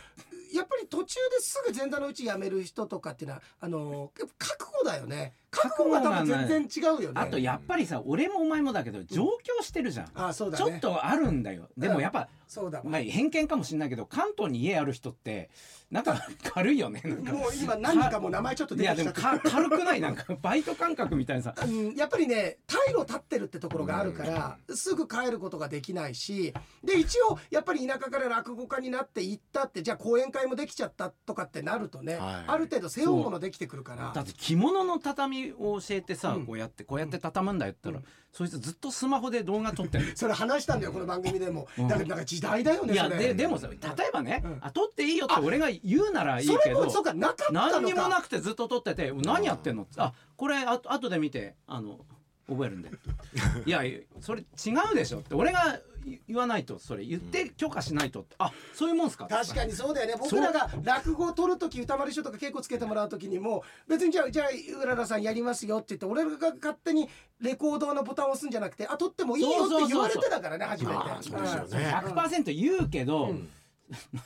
やっぱり途中ですぐ前座のうち辞める人とかっていうのはあの覚悟だよね覚悟が多分全然違うよね
あとやっぱりさ俺もお前もだけど上京してるじゃん、
あそうだ
ち
ね
ょっとあるんだよでもやっぱ、
そうだわ
まあ、偏見かもしれないけど関東に家ある人ってなんか軽いよねなんか
もう今何人かもう名前ちょっと
い
出て
や
き
で
ちゃ
も
った
か軽くないなんかバイト感覚みたいなさ
うん、やっぱりね退路立ってるってところがあるから、すぐ帰ることができないしで一応やっぱり田舎から落語家になって行ったってじゃあ講演会もできちゃったとかってなるとね、
はい
ある程度背負うものできてくるから
だって着物の畳を教えてさ、
うん
こうやってこうやって畳むんだよって言ったら、そいつずっとスマホで動画撮ってんの
それ話したんだよこの番組でも、
うん
だからなんか時代だよね
いや
それ
ででもさ例えばね、
うん
あ撮っていいよって俺が言うならいい
そ
け
れ
ど
もそうかなかったのか
何にもなくてずっと撮ってて何やってんのあこれあ後で見てあの覚えるんでいやいやそれ違うでしょって俺が言言わないとそれ言って許可しないとってあそういうもんすか
確かにそうだよね僕らが落語を取る時歌丸師匠とか稽古つけてもらう時にも別にじゃあじゃあうららさんやりますよって言って俺が勝手にレコードのボタンを押すんじゃなくてあ取ってもいいよって言われてたからね初めて
あそうですよね
100%言うけど、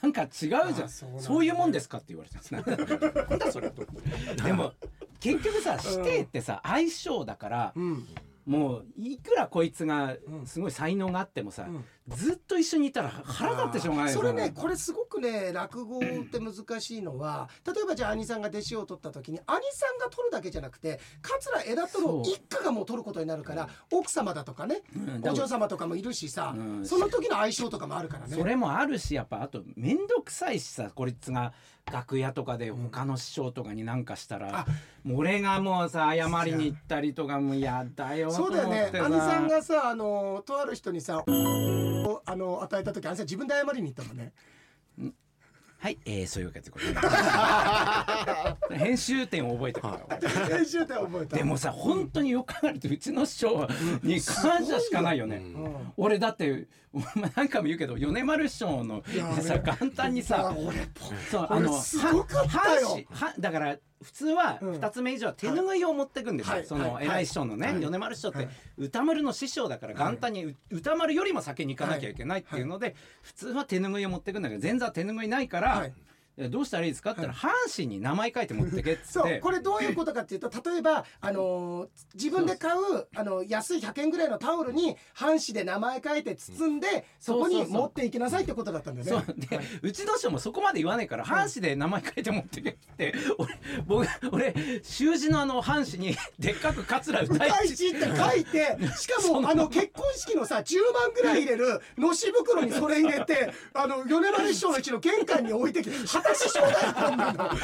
なんか違うじゃん
あ
そ
そううなんだ
いうもんですかって言われた
[laughs]
なんだそれと思ってでも結局さ師弟ってさ相性だから、
うん
もういくらこいつが
うん
すごい才能があってもさ、
うん
ずっと一緒にいたら腹立ってしょうがない
それね
こ
これすごくくね落語って難しいのは例えばじゃあ兄さんが弟子を取った時に兄さんが取るだけじゃなくて桂枝太郎
そう
一家がもう取ることになるから奥様だとかね
うん
お嬢様とかもいるしさ
うん
その時の相性とかもあるからね。
それもあるしやっぱあと面倒くさいしさこいつが楽屋とかで他の師匠とかになんかしたら、もう俺がもうさ謝りに行ったりとかもうやだよと
そ
思
う
っ
だよね
て。さ
兄さんがさ、あの、とある人にさ、をあの、与えた時、兄さん自分で謝りに行ったもんね。
はい、えー、そういうわけでござい
[laughs]
ます。編集点を覚えてくれよ
練習で覚えた。
でもさ本当によく考えるとうちの師匠に感謝しかないよね。
うん。
俺だってお前何回も言うけど米丸師匠の
いや俺
さ簡単に
いや
さ
俺
そう
俺すごかったよ
ははだから普通は
うん
2つ目以上は手拭いを持ってくんですよ、
はい
その
はい
偉い師匠のね、
はい
米丸師匠って歌丸の師匠だから元旦にう歌丸よりも先に行かなきゃいけないっていうので、普通は手拭いを持ってくんだけど前座は手拭いないから、
はい
えどうしたらいいですかって言ったら阪神に名前書いて持ってけっつっ
そう
て
これどういうことかっていうと例えば、あのー自分で買うあの安い100円ぐらいのタオルに半紙で名前書いて包んでそこ
そ
に
うそうそう
持っていきなさいってことだったんだ
そ
よ
う
ね。
で、うちの師匠もそこまで言わないから半紙で名前書いて持ってけって俺僕俺習字のあの半紙に [laughs] でっかく桂
[laughs]
歌い
大地って書
[laughs]
いてしかもあの結婚式のさ10万ぐらい入れるのし袋にそれ入れて [laughs] あの米丸師匠のうちの玄関に置いてきて果たし正代さんなのこれ置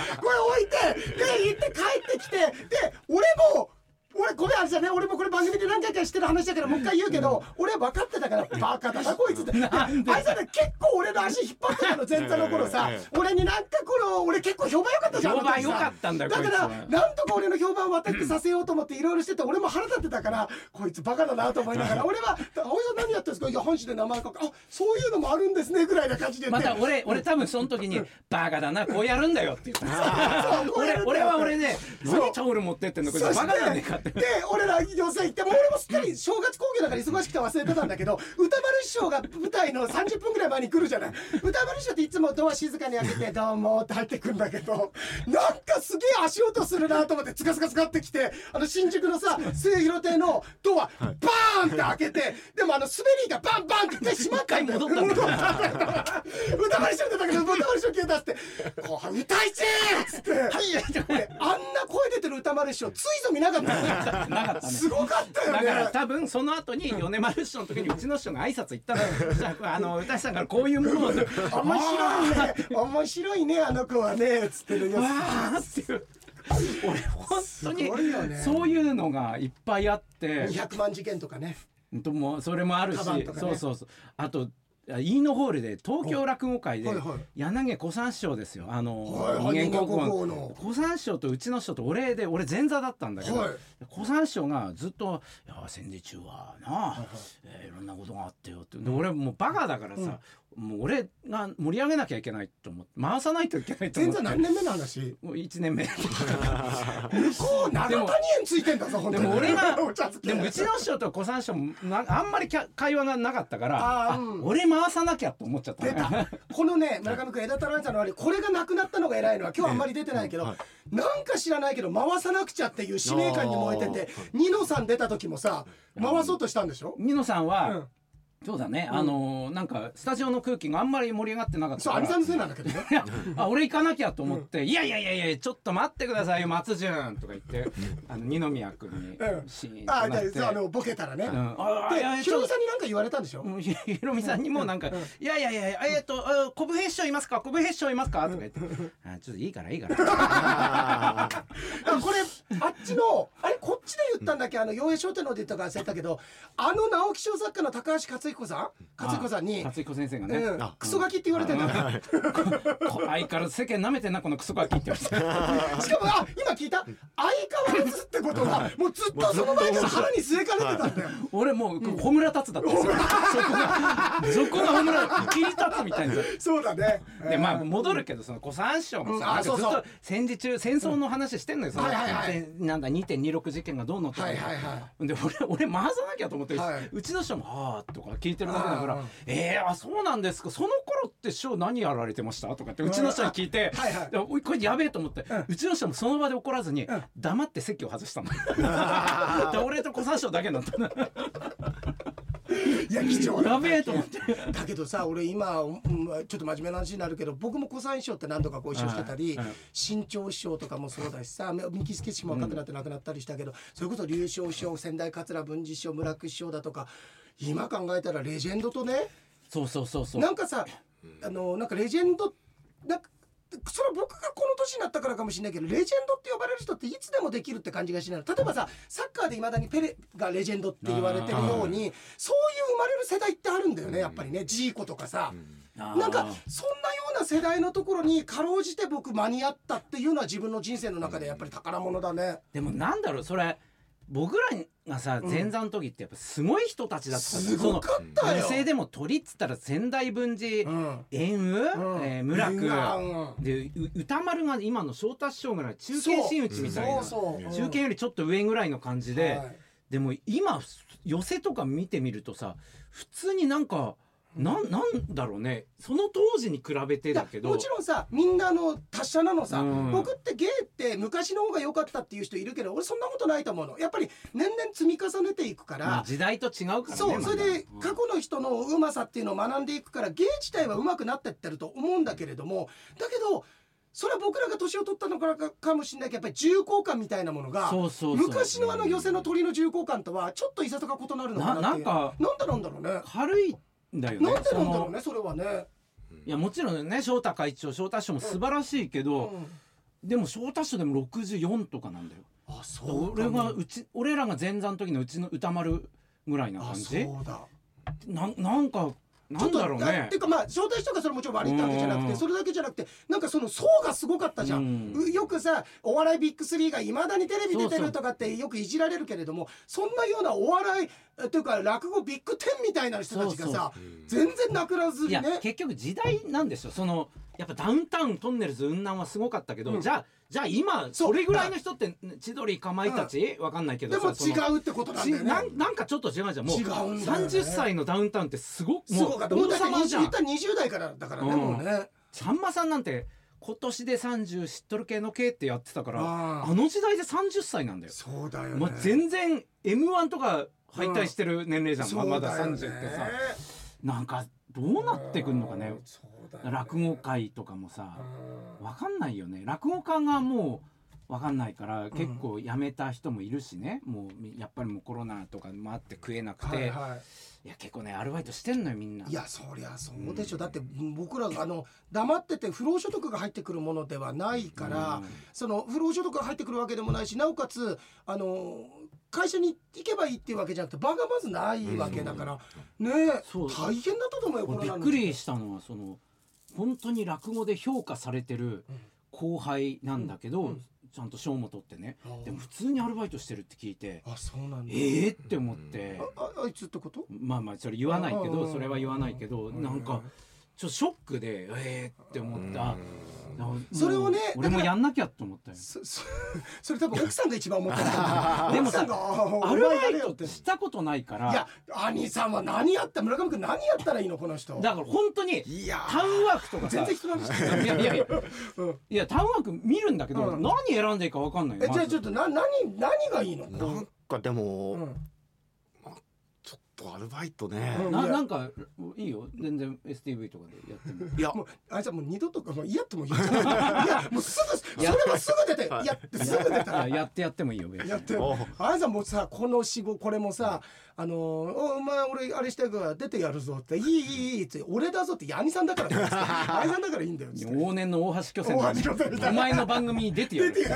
いてで行って帰ってきてで俺も俺ごめんあれじゃね俺もこれ番組で何回かしてる話だからもう一回言うけど、俺分かってたからバカだなこい
[laughs]
つってあいつら結構俺の足引っ張ってたの前座の頃さ
ええ
俺になんかこの俺結構評判良かったじゃんあの時さ
評判良かったんだよ
だか
こいつ
ら
は
なんとか俺の評判を渡ってさせようと思っていろいろしてて俺も腹立ってたからこいつバカだなと思いながら俺は「青井さん何やってるんですか?」「いや本誌で名前書くあそういうのもあるんですね」ぐらいな感じで言
[laughs] ま
って
た俺俺多分その時に「バカだなこうやるんだよ」って言ったんです
[laughs] そうこ
俺
うやるんだよ
俺は俺ね
そう
何タオル持ってってんのこ
そ
い
し
つ
て
バカなんねえかって
で俺ら寄席行ってもう俺もすっかり正月興行だから忙しくて忘れてたんだけど歌丸師匠が舞台の30分ぐらい前に来るじゃない歌丸師匠っていつもドア静かに開け
[laughs]
て「どうも」って入ってくんだけどなんかすげえ足音するなと思ってつかつかつかってきてあの新宿のさ末広亭のドアバーンって開けてでもあの滑りがバンバンって閉まったんだよ
一回戻ったんだよ
戻ったんだよ歌丸師匠出たけど歌丸師匠消えたっつって「後輩歌いちー!」っつって俺あんな声出てる歌丸師匠ついぞ見なかったよね
なかったね
すごかった
だから
よね。
多分その後に米丸師匠の時にうちの師匠が挨拶行ったのそしたらあの歌師さんからこういうも [laughs] のを面
面白いね、面白いね、あの子はね、つってるよ。
わーっていう俺本当
すごいよ
に
ね
そういうのがいっぱいあって
200万事件とかね。
ともそれもあるし
カバンとかね
そうそうそうあと飯のホールで東京落語会で
はいはい
柳小三師匠ですよあの
はいはい
人間国
人間国
宝
宝
の
の
小三師匠とうちの師匠とお礼で俺前座だったんだけど
はい
小三師匠がずっと「いや戦時中はなあえーいろんなことがあってよ」ってで俺もうバカだからさもう俺が盛り上げなきゃいけないと思って回さないといけないと思
全
って
然何年目の話。
もう1年目。
向こう、長谷園ついてんだぞ、本
で
当に。
も俺が
[laughs] お茶漬け
でもうちの師匠と小三師匠もなあんまりきゃ会話がなかったから
あー
あ
うん
俺回さなきゃと思っちゃった,、
出たこのね村上君枝太郎さんのあれこれがなくなったのが偉いのは今日あんまり出てないけど、
はい
なんか知らないけど回さなくちゃっていう使命感に燃えててニノさん出た時もさ回そうとしたんでしょ、
美濃さんは、
うん
そうだね、あのーなんかスタジオの空気があんまり盛り上がってなかった
そう
か
アニ
ら
さんのせいなんだけどね
[laughs] いやあ俺行かなきゃと思って「いやいやいやいやちょっと待ってくださいよ松潤」とか言ってあの二宮君に
うん
シーン
あ
となっ
で
て
そうあのボケたらね、
うんあーいやいや
でヒ
ちょ
ロ
っ
ミ
と
さんに何か言われたんでしょ、
うんひひろみさんにもなんか「いやいやいやえっとあコブヘッションいますかコブヘッションいますか?」とか言って「あちょっといいからいいから」
[laughs] あこれあっちのあれこっちで言ったんだっけあの洋平商店ので言ったか忘れたけどあの直木賞作家の高橋克彦さん克彦さんに
あ。勝彦先生がね、
うん
あ、
クソガキって言われてんだよね
こ相変わらず世間舐めてんなこのクソガキって言
[laughs]
われて
しかもあ今聞いた相変わらずってことはもうずっとその前から腹に据えかねてたんだよ
俺もうホムラ立つだったんです
[laughs]
よそこがそこがホムラ切り立つみたいな
そうだね
でまあ戻るけどその小三師匠もさ、
うんあ
なんかずっ
そうそ
と
う
戦時中戦争の話してんのよ、その
はいはいはい
でなんだ2.26事件がどうのとか、
はいはいは
で俺俺回さなきゃと思ってるし、
はいう
ちの師匠も「ああ」とか聞いてるだけだから
うんうん
「えー、あそうなんですかその頃って師匠何やられてました?」とかってうちの師匠に聞いて「
うんはいはい
でおいこれやべえ」と思って、うちの師匠もその場で怒らずに
ん
黙って
[laughs]
席を外したので俺と小三師匠だけになった
いいや貴重な
やべえと思って
だけどさ俺今、うんちょっと真面目な話になるけど僕も小三師匠って何度かご一緒してたり、
はいはい
新潮師匠とかもそうだしさ右助師匠も若くなって亡くなったりしたけど、それこそ龍翔師匠仙台桂文治師匠村久師匠だとか今考えたらレジェンドとね
そうそうそうそう
なんかさあのなんかレジェンドなんかそれは僕がこの年になったからかもしれないけどレジェンドって呼ばれる人っていつでもできるって感じがしない例えばさサッカーでいまだにペレがレジェンドって言われてるようにそういう生まれる世代ってあるんだよねやっぱりねジーコとかさ。
あー
なんかそんなような世代のところにかろうじて僕間に合ったっていうのは自分の人生の中でやっぱり宝物だね。
でもなんだろうそれ僕らがさ前座の時ってやっぱすごい人たちだったじゃん
すごかっ
その
たよ
女。性でも鳥っつったら仙台文治
うん
円雲、
うん
えー村
うわう
久
ん
でう歌丸が今の昇太師匠ぐらい中堅真打ちみたいな、
そうそううん
中堅よりちょっと上ぐらいの感じで、
はい
でも今寄せとか見てみるとさ普通になんかなんなんだろうねその当時に比べてだけ
いや
ど
もちろんさみんなあの達者なのさ、
うん
僕ってゲイって昔の方が良かったっていう人いるけど俺そんなことないと思うのやっぱり年々積み重ねていくから、
まあ時代と違うからね
そう
ま
そ
だ
れで
うん
過去の人のうまさっていうのを学んでいくから芸自体はうまくなってってると思うんだけれどもだけどそれは僕らが年を取ったのからかかもしれないけどやっぱり重厚感みたいなものが
そうそうそう
昔のあの寄せの鳥の重厚感とはちょっといささか異なるのかなっていう
ななんか
なんでなんだろうね
軽いんだよね
なんでなんだろ
そうの
ねそれはね。
いやもちろんね翔太会長翔太師匠も素晴らしいけど、
うん
でも翔太師匠でも64とかなんだよ
あそう
俺
かも
がうち俺らが前座の時のうちの歌丸ぐらいな
あ
感じ
そうだ
なんなんかなんだろう
ちょっとだ
ね
っていうかまあ招待人がそれもちろん悪いってわけじゃなく
うんうんう
て
ん
それだけじゃなくてなんかその層がすごかったじゃん、
うん
うよくさお笑いビッグスリーがいまだにテレビ出て
そうそ
る
う
とかってよくいじられるけれどもそんなようなお笑いえというか落語ビッグテンみたいな人たちがさ全然なくならず
い
に
や
ね
結局時代なんですよそのやっぱダウンタウントンネルズ雲南はすごかったけど、じゃあじゃあ今
そう
それぐらいの人って千鳥かまいたち、わかんないけど
でも
さその
違うってことなん
ち
だよね
なんなんかちょっと違うじゃんもう
違うんだよね
30歳のダウンタウンってすごく
すごかったもうだって
王様じゃ
言
ん
ったら20代からだからね、
うん
もうね
さんまさんなんて今年で30知っとる系の系ってやってたから
あ
あ
ー
の時代で30歳なんだよ、
そうだよね、
まあ、全然 m 1とか敗退してる年齢じゃん、
そうだよね
まあまだ30ってさなんかどうなってくんのかね
うんそうだよね
落語界とかもさ
うん
わかんないよね落語家がもうわかんないから結構やめた人もいるしね、もうやっぱりもうコロナとかもあって食えなくて、
はい
い
はい
や結構ねアルバイトしてんのよみんない
やそりゃそうでしょ、だって僕らあの黙ってて不労所得が入ってくるものではないから、
うん
その不労所得が入ってくるわけでもないしなおかつあの会社に行けばいいっていうわけじゃなくて場がまずないわけだから、ねえ
そう
大変だったと思うよこ
俺
れ
びっくりしたのはその本当に落語で評価されてる後輩なんだけど、ちゃんと賞も取ってね
あー
でも普通にアルバイトしてるって聞いて
あそうなんだ、
ええって思って
あああいつってこと
まあまあそれ言わないけ
う
ど
ん
それは言わないけどなんかちょっとショックでええって思ったもう
それをね
俺もやんなきゃって思ったよ
そそそれ多分奥さんが一番思ってた
[laughs] で
奥
も
さ
さ
んがあ「
ア
お
ル
前
バ
やれ
イ
よ
ト
っ
っててしたことないか
いや
ら
兄さんは何やった村上君何やったらいいのこの人
だから本当に
いやー
タウンワークとか
全
さ
然人の話聞いてな
[laughs]
い
いやいやいや
うん
いやタウンワーク見るんだけど
うん
何選んでいいか分かんないよ
えじゃあ
まず
ちょっとな何何がいいの？
なんかでも、
うん
ちょっとアルバイトね、
うんい
な
や
なんかいいよ全然 STV とかでやっても
いや
もうあいつはもう二度とかもう嫌とも言っちゃう。いやもうすぐそれもすぐ出て
はい
いやってすぐ [laughs] 出たら
いややってやってもいいよ別に
やって
おう
あいつはもうさこの仕事これもさあのーおお前俺あれしたいから出てやるぞっていいいいいいって俺だぞってヤニさんだからねっつってヤニさんだからいいんだよっつって。
往年の大橋巨泉
大橋巨泉みたいな
お前の番組に出てやる
出てや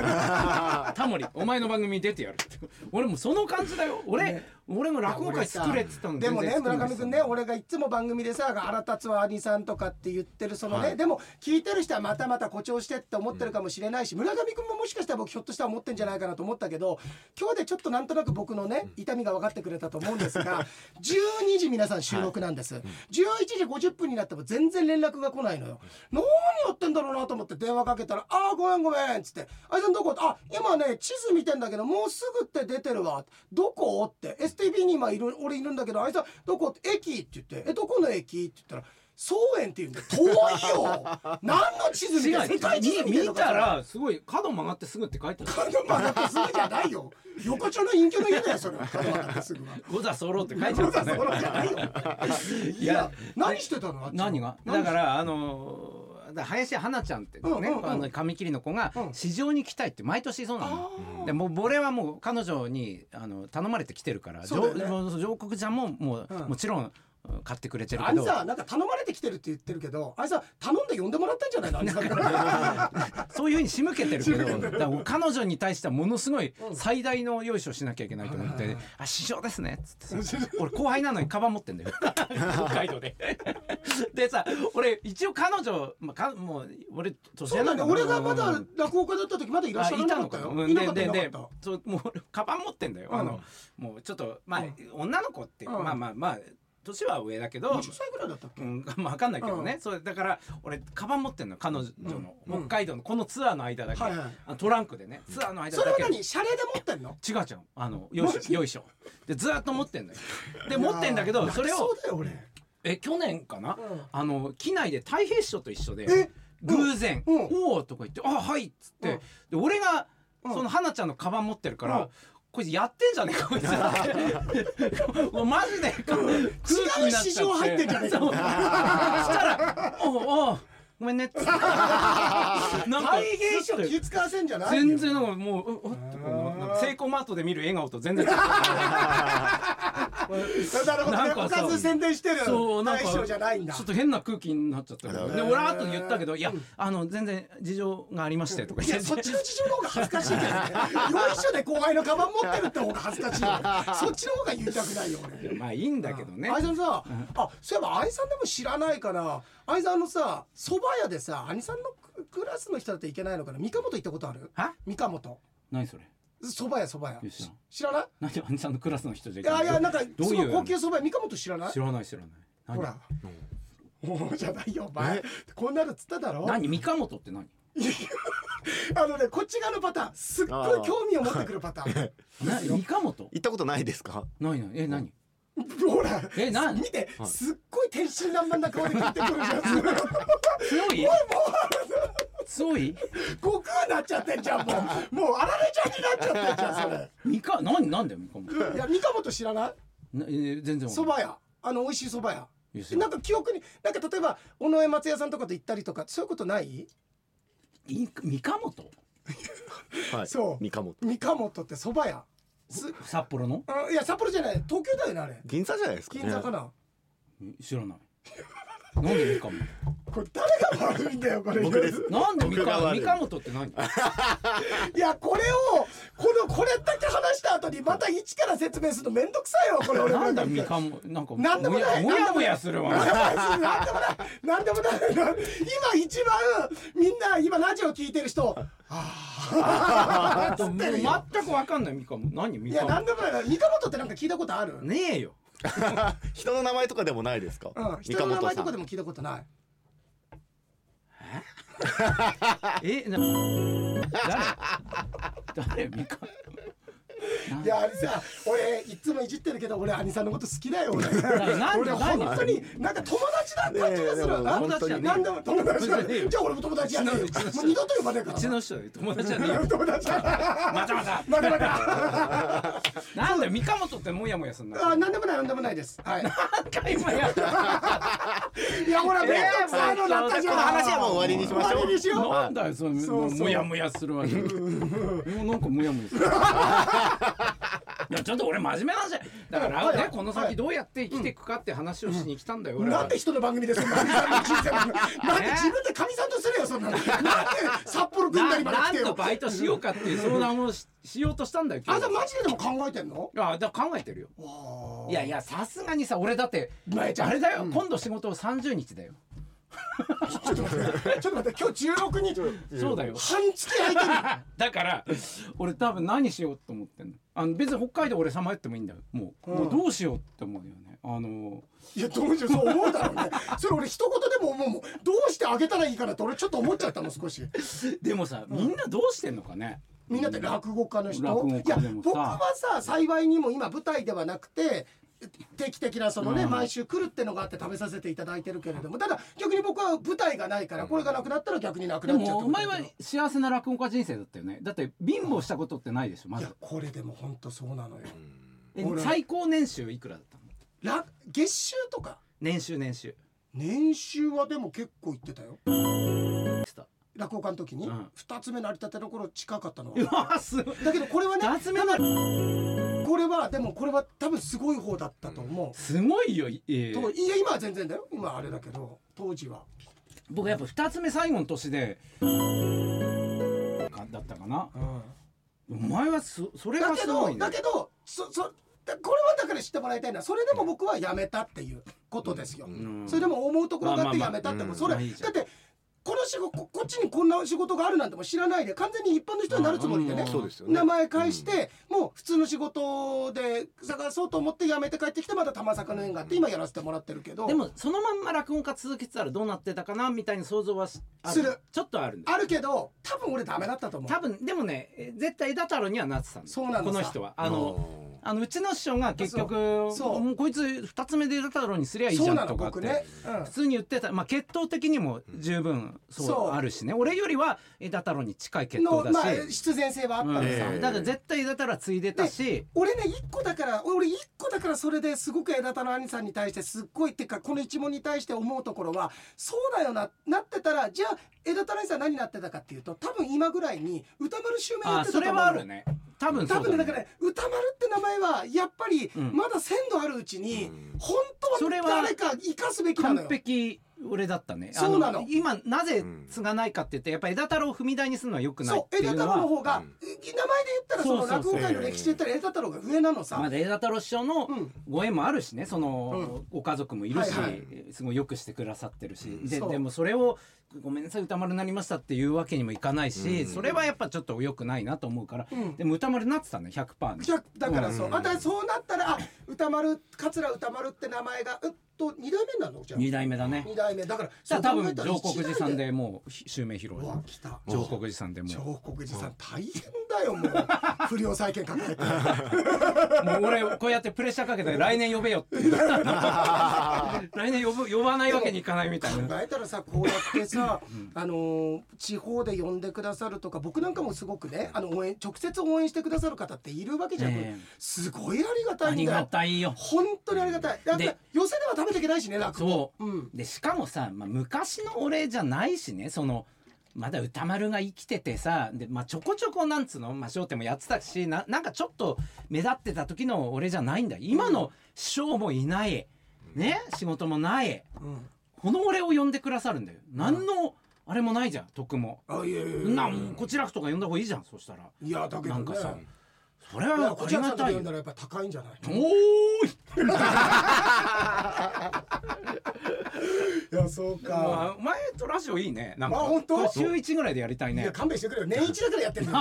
[laughs]
る
タモリお前の番組に出てやるって俺もその感じだよ俺、俺も落語会作れっつったの
でもね
全然
村
作れない
上君ね俺がいつも番組でさ腹立つわ兄さんとかって言ってるそのね、
はい
でも聞いてる人はまたまた誇張してって思ってるかもしれないし、村上君ももしかしたら僕ひょっとしたら思ってんじゃないかなと思ったけ
[laughs]
ど今日でちょっとなんとなく僕のね痛みが分かってくれたと思うんですが12時皆さん収録なんです、11時50分になっても全然連絡が来ないのよ何やってんだろうなと思って電話かけたら「ああごめんごめん」っつって「あいさんどこ?」あ今ね地図見てんだけどもうすぐって出てるわ」どこ?」って「STB に今いる俺いるんだけどあいさんどこ?」って「駅」って言って「えどこの駅?」って言ったら「草園」って言うんだよ遠
[laughs]
いよ何の地図見てんの世界地図
違う
見てん
見
の
見
か
た
それ
らすごい角曲がってすぐって書いてある
角曲がってすぐじゃないよ横丁の隠居の家だよそれは金渡ってすぐは
五座揃うって書いてますね。
そうじゃないよいや何してたのあっちは
何が
何し
だからあのーだから林花ちゃんってですね、
うんうんうん
あの髪切りの子が
うん
市場に来たいって毎年そうなの、
あー
でもう俺はもう彼女にあの頼まれて来てるから、
そうだよね
上上国ちゃんももう、
うん
もちろんうん買ってくれてる
あ
け
れ
ど
さなんか頼まれてきてるって言ってるけどあれさ頼んで呼んでもらったんじゃないのあれさ
[laughs] そういうふうに仕向けてるけど
仕向けてる
だから彼女に対してはものすごい
うん
最大の用意をしなきゃいけないと思って「
はいはいはい
あ師匠ですね」っつってさ俺後輩なのにカバン持ってんだよ北海道で [laughs] でさ俺一応彼女、まあ、かもう俺年
そうだね
から
俺がまだ落語家だった時まだいらっしゃらなかった
あいたの
よ
うん
いなかった
で
い
で
なかっ
で
た
そうもう俺カバン持ってんだよ、
うん
あのもうちょっとまあ、女の子って、
うん
まあまあまあ年は上だけど
20歳ぐらいだったっけ
うん、まあ、わかんないけどね、それだから俺カバン持ってんの彼女の、
うん
北海道のこのツアーの間だけ、
はいはい
あのトランクでねツアーの間
それ
だ
は
け
何シャレで持ってんの
違うじゃんあのよいしょよいしょでずーっと持ってんのよで持ってんだけ
い
ど
やー
それ
泣
を
きそうだよ俺
え去年かな、
うん
あの機内で太平師匠と一緒で
え
偶然「
うん
おお」とか言って「あはい」っつって、
うん
で俺が
うん
その花ちゃんのカバン持ってるから、
うん
こいつやってんじゃねえかこいつってもうマ
[laughs]
ジでか空気になっちゃって
市場入ってんじゃねえか
そうそしたら「おうおうごめんね」っ
[laughs]
つってなんか
大変賞気使わせんじゃないよ
全然なんかもうううおっとこうなんかセイコーマートで見る笑顔と全
[laughs]
然違う
なるほど
な
ね
んか
お
さ
かず宣伝してる
そうなん
大
か
賞じゃないんだ
ちょっと変な空気になっちゃったけどで俺は後で言ったけど「いやあの全然事情がありまして」とか
い
言っ
や
て
そっちの事情の方が恥ずかしいけどねよいしょで後輩のカバン持ってるって方が恥ずかしいよそっちの方が言いたくないよ俺
まあいいんだけどね
愛さんさ、あそういえば愛さんでも知らないから愛さんのさ蕎麦屋でさ兄さんのククラスの人だといけないのかな三鴨と行ったことある
は
三鴨と
何それ
蕎麦屋蕎麦屋
知らん
知らない
なんで兄さんのクラスの人じゃ
いやいやなんかす
どう
ご
い
いう高級蕎麦屋三鴨と知らない
知らない知らない何
ほらもうじゃないよお前こんなのつっただろ
何三河本って何
あのねこっち側のパターンすっごい興味を持ってくるパターン
な三河本
行ったことないですか
ないないえ何
ほら
えな
見てすっごい天真爛漫な顔で聞いてくるじゃん
強い強い
悟空になっちゃってんじゃんもうもうあられちゃんになっちゃってんじゃんそれ
三河何なんだよ三河本
いや三鴨と知らない
なえー全然わか
蕎
んない
麦屋あの美味しい蕎麦屋
いや知らん
なんか記憶になんか例えば尾上松也さんとかと行ったりとかそういうことない
い三河本
はい
そう
三鴨
三鴨とって蕎麦屋す
札幌の
あいや札幌じゃない東京だよねあれ
銀座じゃないですかね
銀座かな、
知らないなんで三河本
これ誰が悪いんだよこれ
僕です
なんで三
僕が
河
悪
三
い
河本って何
いやこれをこのこれだけ話した後にまた一から説明するのめんどくさいわこれ俺
なんだ
も
みかんもなんか
なんでもない
もやもや
なんでもない
もやするわ
なんでもないなんでもないなんでもない今一番みんな今ラジオ聞いてる人ああ
もう全くわかんないみかんも何み
いや
か
なん
ん
でもない三鴨ってなんか聞いたことある、
ねえよ
[laughs] 人の名前とかでもないですか
うん、
三
人の名
鴨
前
さ
とかで
ん
も聞いたことない
えな誰誰みかん
いやあれさ俺いつもいじってるけど俺兄さんのこと好きだよ俺
なんで
俺本当になんか友達だ感じがす
いやいやで
る
も
な
友達じゃねえ
なんでも友達
友達じゃ
だ
ねえよ
じゃあ俺も友達やねえよ
うちのうちの
もう二度と呼ばねえか
う
ら
ちの人だよ友達じゃねえよ
友達だ
またまた
まだまだ
なんだよみかんもとってもやもやすんな
あなんでもないなんでもないですはい
何回もやった
いやほらめんどくさいのになったじゃん
えーこの
話はもう終わりにしましょう
終わりにしよう
なんだよそ
そ
の
うそう
もやもやするわけもうなんかもやも
[laughs]
やするいやちょっと俺真面目なんじゃだか
は
ら
いは
ね
い
この先どうやって生きていくかって話をしに来たんだよ俺は
なんで人の番組でそんな兄さんの人生なのなんで自分でかみさんとするよそんなのなんで札幌組んだ
な
りまで
な
来
ん
て
と
よ
バイトしようかっていう相談をししようとしたんだよ今
あん
日
たマジででも考えてんの
あだから考えてるよいやいやさすがにさ俺だって
前ちゃん
あれだよ、今度仕事を30日だよ
ちょっと待ってちょっと待って今日16日
そうだよ
半月空いてる
[laughs] だから俺多分何しようと思ってんのあの別に北海道俺さまよってもいいんだよもう,、もうどうしようって思うよねあの
いやどうしようそう思うだろうねそれ俺一言でも思うもんどうしてあげたらいいかなって俺ちょっと思っちゃったの少し
でもさ、みんなどうしてんのかね
みんなって落語家の人
落語家
いや
でもさ
僕はさ幸いにも今舞台ではなくて定期的なそのね、
うん
毎週来るってのがあって食べさせていただいてるけれどもただ逆に僕は舞台がないからこれがなくなったら逆になく
で
なっちゃう
も
っ
お
てことだけ
前
ど
は幸せな落語家人生だったよねだって貧乏したことってないでしょま
い
ず
やこれでも本当そうなのよ
え
俺
最高年収いくらだったの
ら月収とか
年収年収
年収はでも結構言ってたよ
した
落語家の時に、
うん
二つ目の成り立ての頃近かったのは
うわすごい
だけどこれはね
二つ目の
多分これはでもこれは多分すごい方だったと思う、
すごいよ、いえ
といや今は全然だよ今はあれだけど当時は
僕やっぱ2つ目最後の年でだったかなお前はそそれ
だ
が
け
すご
ど、
いね
だけどそそだこれはだから知ってもらいたいなそれでも僕はやめたっていうことですよ、
うん
うん
それでも思うところがあってやめたって
まあまあまあ
それ
う
だ
んまあいいじゃ
っ
ん
てこの仕事ここっちにこんな仕事があるなんても知らないで完全に一般の人になるつもりでね
うん
そうですよね
名前返して、もう普通の仕事で探そうと思って辞めて帰ってきてまた玉坂の縁があって今やらせてもらってるけど
でもそのまんま落語家続けてたらどうなってたかなみたいな想像はしあ
する
ちょっとあるんだよ
あるけど多分俺ダメだったと思う
多分でもねえ絶対枝太郎にはなってたんだよ
そうなんです
こ
か
の人はあのあのうちの師匠が結局
そうそう
もうこいつ2つ目で枝太郎にすりゃいいじ
そ
ゃ
うんなの
とかって
僕ね、うん
普通に言ってた、まあ、血統的にも十分
そ
そう
う
あるしね、俺よりは枝太郎に近い血
の
統だし、
まあ必然性はあった
うんん
で
え
す、
え
だから絶対枝太郎は継いでたし、
俺ね一個だから俺一個だからそれですごく枝田の兄さんに対してすっごいってかこの一問に対して思うところはそうだよななってたらじゃあ枝田の兄さん何なってたかっていうと多分今ぐらいに歌丸襲名や
あ
ってた
そ
と思
れ
う
はあ
の
るね多分そ
多
うだ,、
分
ね
ねだからね歌丸って名前はやっぱり
うん
まだ鮮度あるうちに
うん
本当
それ
は
は
誰か生かすべきなの
完
よ。
璧俺だったね
そうなの
あ今なぜ継がないかって言ってやっぱ枝太郎を踏み台にするのはよくないっ
そう
てい
枝
う
太
の
郎の
は
方が、
うん
名前で言ったらその
そうそう
落
そう
語界の歴史で言ったら枝太郎が上なのさ。
まだ枝太郎師匠の
うん
ご縁もあるしねその、ご家族もいるし、
はいは
すごいよくしてくださってるし、で
そう
でもそれを「ごめんなさい歌丸になりました」っていうわけにもいかないし、
うん
それはやっぱちょっと良くないなと思うから、
うん
でも歌丸になってたね100%ね
い。やだからそう、
うん
あんたそうなったらあ歌丸桂歌丸って名前がえっと二代目なのじゃあ
2代目だね。
二代目だから
じゃあ多分
そ
上
う考えたら
国
一代
寺さんでもう襲名披
う
露
わ来た
上国寺さんでもう
上国寺さん大変だよもう不良債権
[laughs]
抱えて
もう俺こうやってプレッシャーかけて来年呼べ [laughs] よって来年呼ぶ呼ばないわけにいかないみたいな
考えたらさこうやってさ、あのー地方で呼んでくださるとか僕なんかもすごくねあの応援直接応援してくださる方っているわけじゃん、
ええ
すごいありがた
あ
いんだ
り
よ
がたいよ
本当にありがたいだって
で
寄せでは食べていけないしね落語
そう、
うん
でしかもさ、まあ、昔の俺じゃないしねそのまだ歌丸が生きててさで、まあ、ちょこちょこなんつうの『まあ、笑点』もやってたしななんかちょっと目立ってた時の俺じゃないんだ今の師匠もいないね仕事もない
うん
この俺を呼んでくださるんだよ何のあれもないじゃん得も。
あいやいやいや
そんなもうこちらとか呼んだ方がいいじゃんそしたら
いやだけど
な
ね
んかさそれ
いや
は
こ
あ
ち
り
ら
が
さんと
たい
呼
よ
んだらやっぱ高いんじゃない
おーい
いやそう
まあお前とラジオいいねなんか
あ本当
これ週一ぐらいでやりたい
い
ね
や勘弁してくれよ年一だからやってんだよ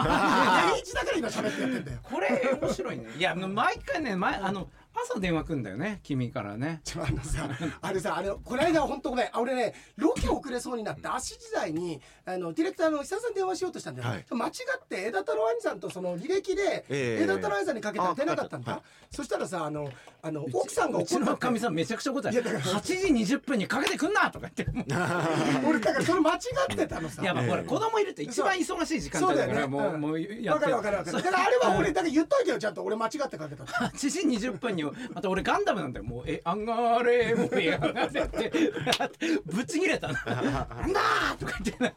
年一だから今喋ってやってんだよ
これ面
[laughs]
白いねいや毎回ね前あの朝電話くんだよね君からね
ちょあのさ [laughs] あれさあれこの間本当ごめんあ俺ねロケ遅れそうになって足時代にあのディレクターの久田さんに電話しようとしたんだよ、
はい
間違って枝太郎兄さんとその履歴で
ええ
枝太郎兄さんにかけたら出なかったんだ、
あはい
そしたらさあのあの奥さんが
うち
怒
の
っ
か
た
みさんめちゃくちゃ怒った
いやだから
8時20分にかけてくんなとか言っても
[laughs]
う
俺だからそれ間違ってたのさ
やば
ええ
ほら子供いると一番忙しい時間帯だからもうもうや
わ
って
かるわかるわかるだからあれは俺だから言っといてよちゃんと俺間違ってかけたの
8時20分にまた俺ガンダムなんだよもう「え上がれもう上がれ」ってぶち切れ
[laughs]
たな「なんだ!」とか言ってだか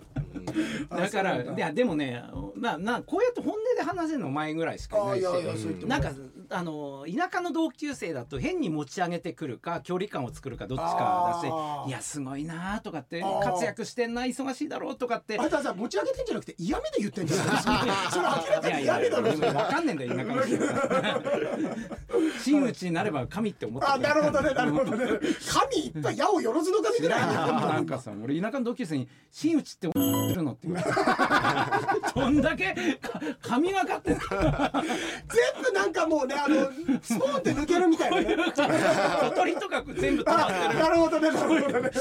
あ
ら
そうなんだ
いやでもねななこうやって本音で話せるのお前ぐらいしかいないし
あいやいやそう言っても
なんかあの田舎の同級生だと変に持ち上げてくるか距離感を作るかどっちかだ
あ
し「
ー
いやすごいな」とかって
あー
「活躍してんな忙しいだろ」とかって
あ。なたさ持ち上げてんじゃなくて嫌味で言ってんじゃないそれそれ明らかに嫌味だろ
いやいやいやでもわかんねえんだよ田舎の人 [laughs] は真打ちになれば神って思って
あ
[laughs]
なるほどねなるほどね神いっぱい矢をよろずの神ぐらい
なんかさ俺田舎の同級生に「真打ちって思ってるんるのって言われてどんだけか神がかってんの
全部なんかもうねあのスポーンって抜けるみたい
[laughs]
なね
小鳥とか全部止まって
あなるほどねなるほどね
る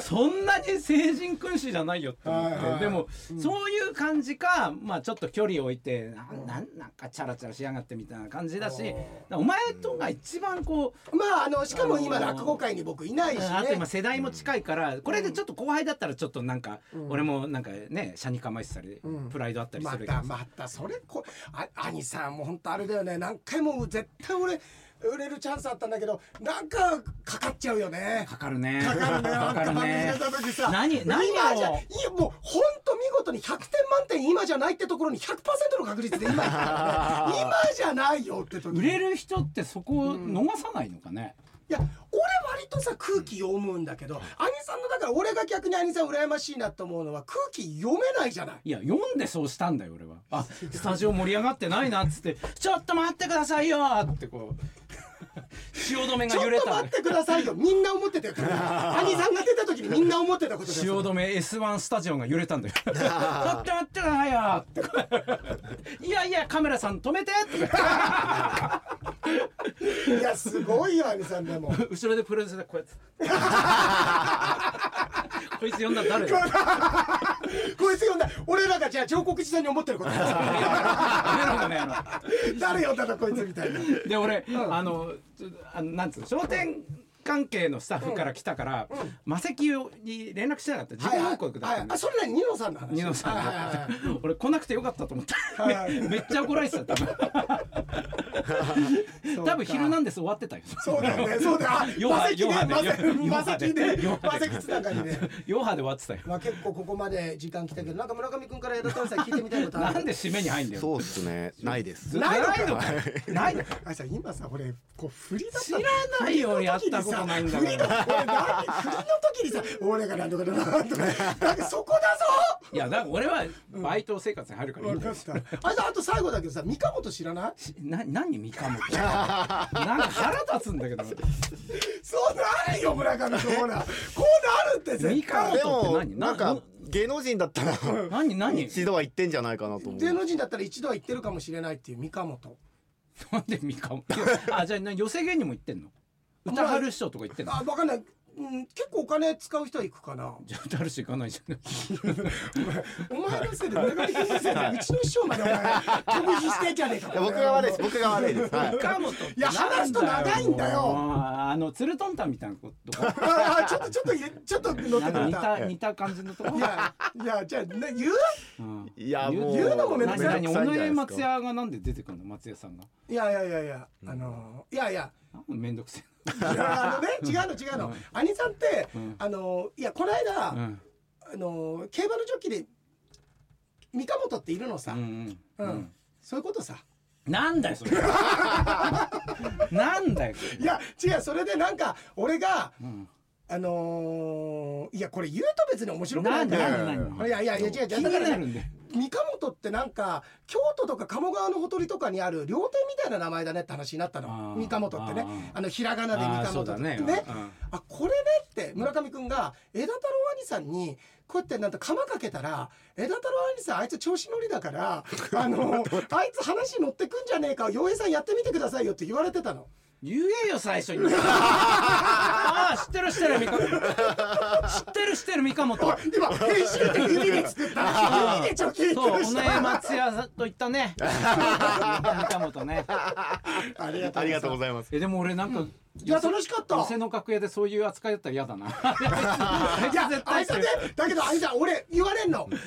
そんなに成人君子じゃないよって思って、
はいはい
でも、そういう感じか、まあ、ちょっと距離を置いてななんなんかチャラチャラしやがってみたいな感じだしお前とが一番こう、
まああのしかも今落語界に僕いないしね
あと今世代も近いから、これでちょっと後輩だったらちょっとなんか、俺もなんかね車に構えてたり、
うん
プライドあったりす
ま
るけど
たまたそれこあ兄さんも本当あれだよね何回も絶対俺売れるチャンスあったんだけどなんかかかっちゃう
[laughs]
よね
かかるね
かかるね
かかるね
あんた番組出た時さ
何何
今じゃ
を
いやもう本当見事に100点満点今じゃないってところに100%の確率で今行ったか
[laughs]
らね今じゃないよって時
売れる人ってそこを逃さないのかね、
いや俺割とさ空気読むんだけど、兄さんのだから俺が逆に兄さん羨ましいなと思うのは空気読めないじゃない
いや読んでそうしたんだよ俺はあスタジオ盛り上がってないなっつって「ちょっと待ってくださいよ」ってこう [laughs] 汐留が
ちょ
揺
っ
れ
と
た
待ってくださいよみんな思って
[laughs]
たよ兄さんが出た時にみんな思ってたことです
汐留 S1 スタジオが揺れた
[laughs]
んだよ「ちょっと待ってくださいよ」ってこう「 [laughs] いやいやカメラさん止めて」って
いやすごいよ兄さんでも
後ろでプロデューサーがこうやって
[laughs]
こいつ呼んだら誰だよ
こいつ呼んだ俺らがじゃあ上告時代に思ってるこ
[laughs]
と
やめろやめろやめろ
誰呼んだのこいつみたいな
で俺、あのちょあのなんつうの商店関係のスタッフから来たから、マセキに連絡してなかった自己報告だっ
はい
た
はい
ん
あ
で
それ何ニノさんの話
二野さん
はいはいはい
が俺来なくてよかったと思った、
はいは
[laughs]
い
めめっちゃ怒られてた多分
そうか
多分「ヒルナンデス」終わってたよ
そうだよねそうだ
[laughs]
よあ
ヨハヨハで
マセキで
ヨハ
マセマセキで
ヨハ
マ
で
セキつながりで
ヨハで終わってたよ
まあ結構ここまで時間来たけどなんか村上君から江田太郎さん聞いてみたいことあ
な
る
んで締めに入んだよ
そうっすね。ないです。
ないのか
ないの
あさ今さ俺こう振りだった
知らないよやったことないんだ
振
か
りの
ら
これ何振りの時にさ俺がなんとかなんとかなんかそこ
いやだから俺はバイト生活に入るか
だ
ら
ぞ
いい
分
んだ
か
よ
ったあとあと最後だけどさ三河本知らない
しな何三上ってなんか腹立つんだけど
そうなるよ村上君ほらこうなるって
三
絶
河本
対
で
って
も
何
なん
な
か
な
芸能人だったら
何何
一度は行ってんじゃないかなと思う。
芸能人だったら一度は行ってるかもしれないっていう三河本
なんで三河あじゃあな寄せ芸人も行ってんの歌春師匠とか行ってんの
あ分かんないうん、結構お金使う人は行くかな
じゃあ歌春師匠行かないじゃん
お前のせいで村上君のせいでうちの師匠までお前飛び火してんじゃねえか
いや僕が悪いです。僕が悪いです。はい。
三河本って
いや話すと長いんだよ
もうあの鶴トンタンみたいなことか
ああちょっとちょっといちょっと乗っ
な
て
んか
くれ
似
た
た似た感じのとこ
いやいやじゃあね言う
うん
いやもう
言うのもめんど
何
くさ
何
い
めんどく
尾
さいんじゃない
上
ですか
松也がなんで出てくるの松也さんが
いやいやいやいや、あのいやいや
なんでめんどくせえ
いやあのね違うの違うの、兄さんって、
ん
あのいやこの間、
なうん
あの競馬のジョッキーで三河本っているのさ、
うんう
うんん
うん
そういうことさ
なんだよそれ [laughs] なんだよそれ
いや違うそれでなんか俺が
うん
あのいやこれ言うと別に面白くな
なん
い
ん
だ
で
よ
なんでなん
い
で
やいやいや違う違う
気に
だから
なる
ね
んで
三河本ってなんか京都とか鴨川のほとりとかにある料亭みたいな名前だねって話になった
あ
の
ー
三河本ってね
あー
あのひらがなで
あ
三
ーそう
河本
だ
ってね
ね
あ
うん
これねって村上君が枝太郎兄さんにこうやってなんか鎌かけたら枝太郎兄さんあいつ調子乗りだから
[laughs]
あのあいつ話乗ってくんじゃねえか洋平さんやってみてくださいよって言われてたの。
言えよ最初に [laughs] ああ知ってる知ってる三河知ってる知ってる三河
お
本
い今編集で指で作った指でちょきっ
そう
と
尾
し
上
た。
松也と言ったね三河本ね
ありが
ありがとうご
い
ざいます。
えでも俺なんか
ます。いや楽しかった。
寄せの楽屋でそういう扱いだったら嫌だな
[laughs] いや、あいつね、だけど、あいつは俺、言われんの。お前だ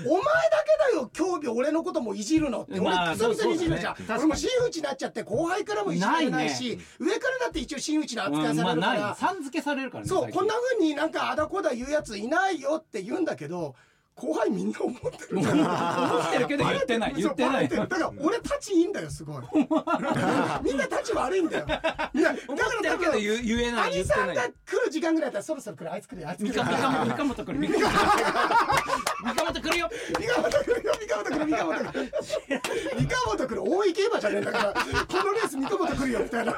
けだよ、興味、俺のこともいじるのって。俺
まあ、
久々にいじるじゃん
そうそうだね確か。に
俺も真打ちになっちゃって、後輩からもいじられない
な
し、上からだって一応真打ちの扱
う
い
んま
さ
あ
れるか
ない
ら。
さん付けされるからね
そう、
最近
こんな風になんか、あだこだ言うやついないよって言うんだけど、後輩みんな思ってるから。
思ってるけど言ってない言ってない
そうバレてるだから俺たちいいんだよすごいみんなたち悪いんだよいやだから
思ってるけど言う言えない言っ
兄
て
さん
な
が
い
来る時間ぐらいだったらそろそろ来るあいつ来るよあいつ
三
来るよ
河本三河本来る三河本来るよ
三河本来るよ三河本来る三河本来る三河本来る大井競馬じゃねえんだからこのレース三河本来るよみたいな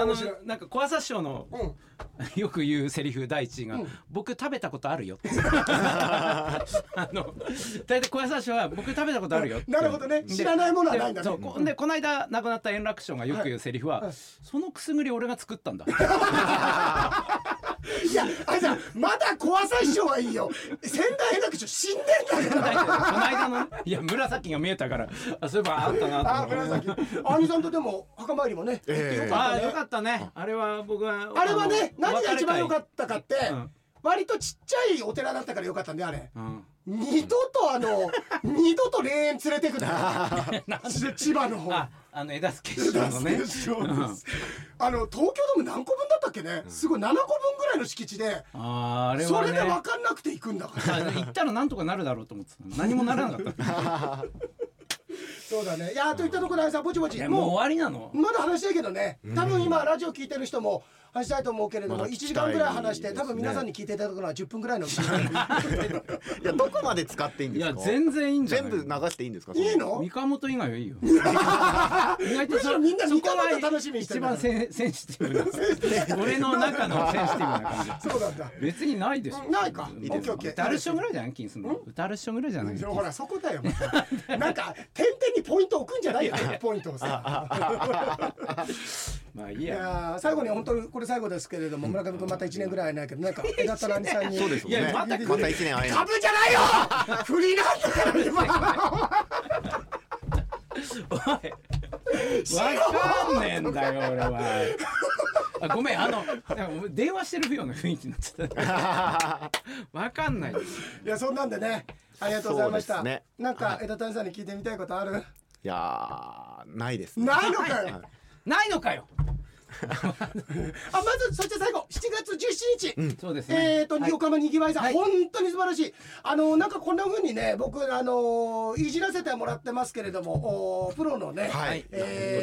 あのなんか小朝師匠の [laughs]
うん
よく言うセリフ第一が、
うん
僕食べたことあるよ」って [laughs] あの大体小屋さんは「僕食べたことあるよ」って
[laughs] なるほどね知らないものはないんだ
でそ
ね
うこでこの間亡くなった円楽師匠がよく言うセリフは、そのくすぐり俺が作ったんだ」 [laughs]
いやあれさまだ小朝師匠はいいよ仙台平楽師匠死んでんだ
こ
か
の
ら
間のいや紫が見えたからあそういえ [laughs] ばあったなと
あ
思って
紫兄さんとでも墓参りもね、
ええ
行ってよ
ああよ
かったね
かったねあれは僕は
あれはね
あの
何が一番良か
お別れ
ったかって、
うん
割とちっちゃいお寺だったから良かったんであれ
会うん
二度とあの二度と霊園連れてくな千葉の方
ああの枝助師匠のね
出すでしょあの東京ドーム何個分だったっけね、すごい7個分ぐらいの敷地で
あーあれ
そ
はね
れで分かんなくて行くんだから
あで行ったらなんとかなるだろうと思ってたの何もならなかった
そうだねいやーといったところでさぼち
[laughs]
ぼ
い
ち
やもう終
も
わりなの
うまだ話したいけどね多分今ラジオ聞いてる人も話したいと思うけれど
ま
も
だ聞
1
きたい
時間ぐらい話して
です
多
ね
分皆さんに聞いていただくのは10分ぐらいの
いやどこまで使っていいん
い
で
や
すか
全然いいんじゃな
全
い
部流していいんですか
いいの
三鴨と以外 [laughs] はいいよ意外
むしろみんな三鴨と楽しみにし
一
てるから
番センセンシティブな [laughs] 俺の中のセンシティブな感じ [laughs]
そうなんだ
別にないですよ
ないか
いいです
オッケーオッケー
歌う人ぐらいじゃん金すんの歌う人ぐらいじゃない
ほらそこだよ、また、なんか点々にポイント置くんじゃないよ1ポイントをさ
まあいい
い
や
やー最後に本当にこれ最後ですけれども村上君また1年ぐらい会えないけどな
[laughs]
んか枝太郎さんに
そうですよ
い
ね
やまた来る
また一年会えない
株じゃ [laughs] ないよフリーなんだから今
おいわかんねえんだよ俺はあごめんあのなんか電話してるような雰囲気になっちゃったわかんないです
いやそんなんでねありがとうございました、
そうですね
なんか枝太郎さんに聞いてみたいことある [laughs]
いやーない [laughs] ですね
ないのかよ
ないのかよ
あまずそして最後7月17日、
そうですね
えーと
はい
横浜にぎわいさん、
はい
本当に素晴らしいあのなんかこんな風にね僕あのいじらせてもらってますけれどもおプロのね、
はい
え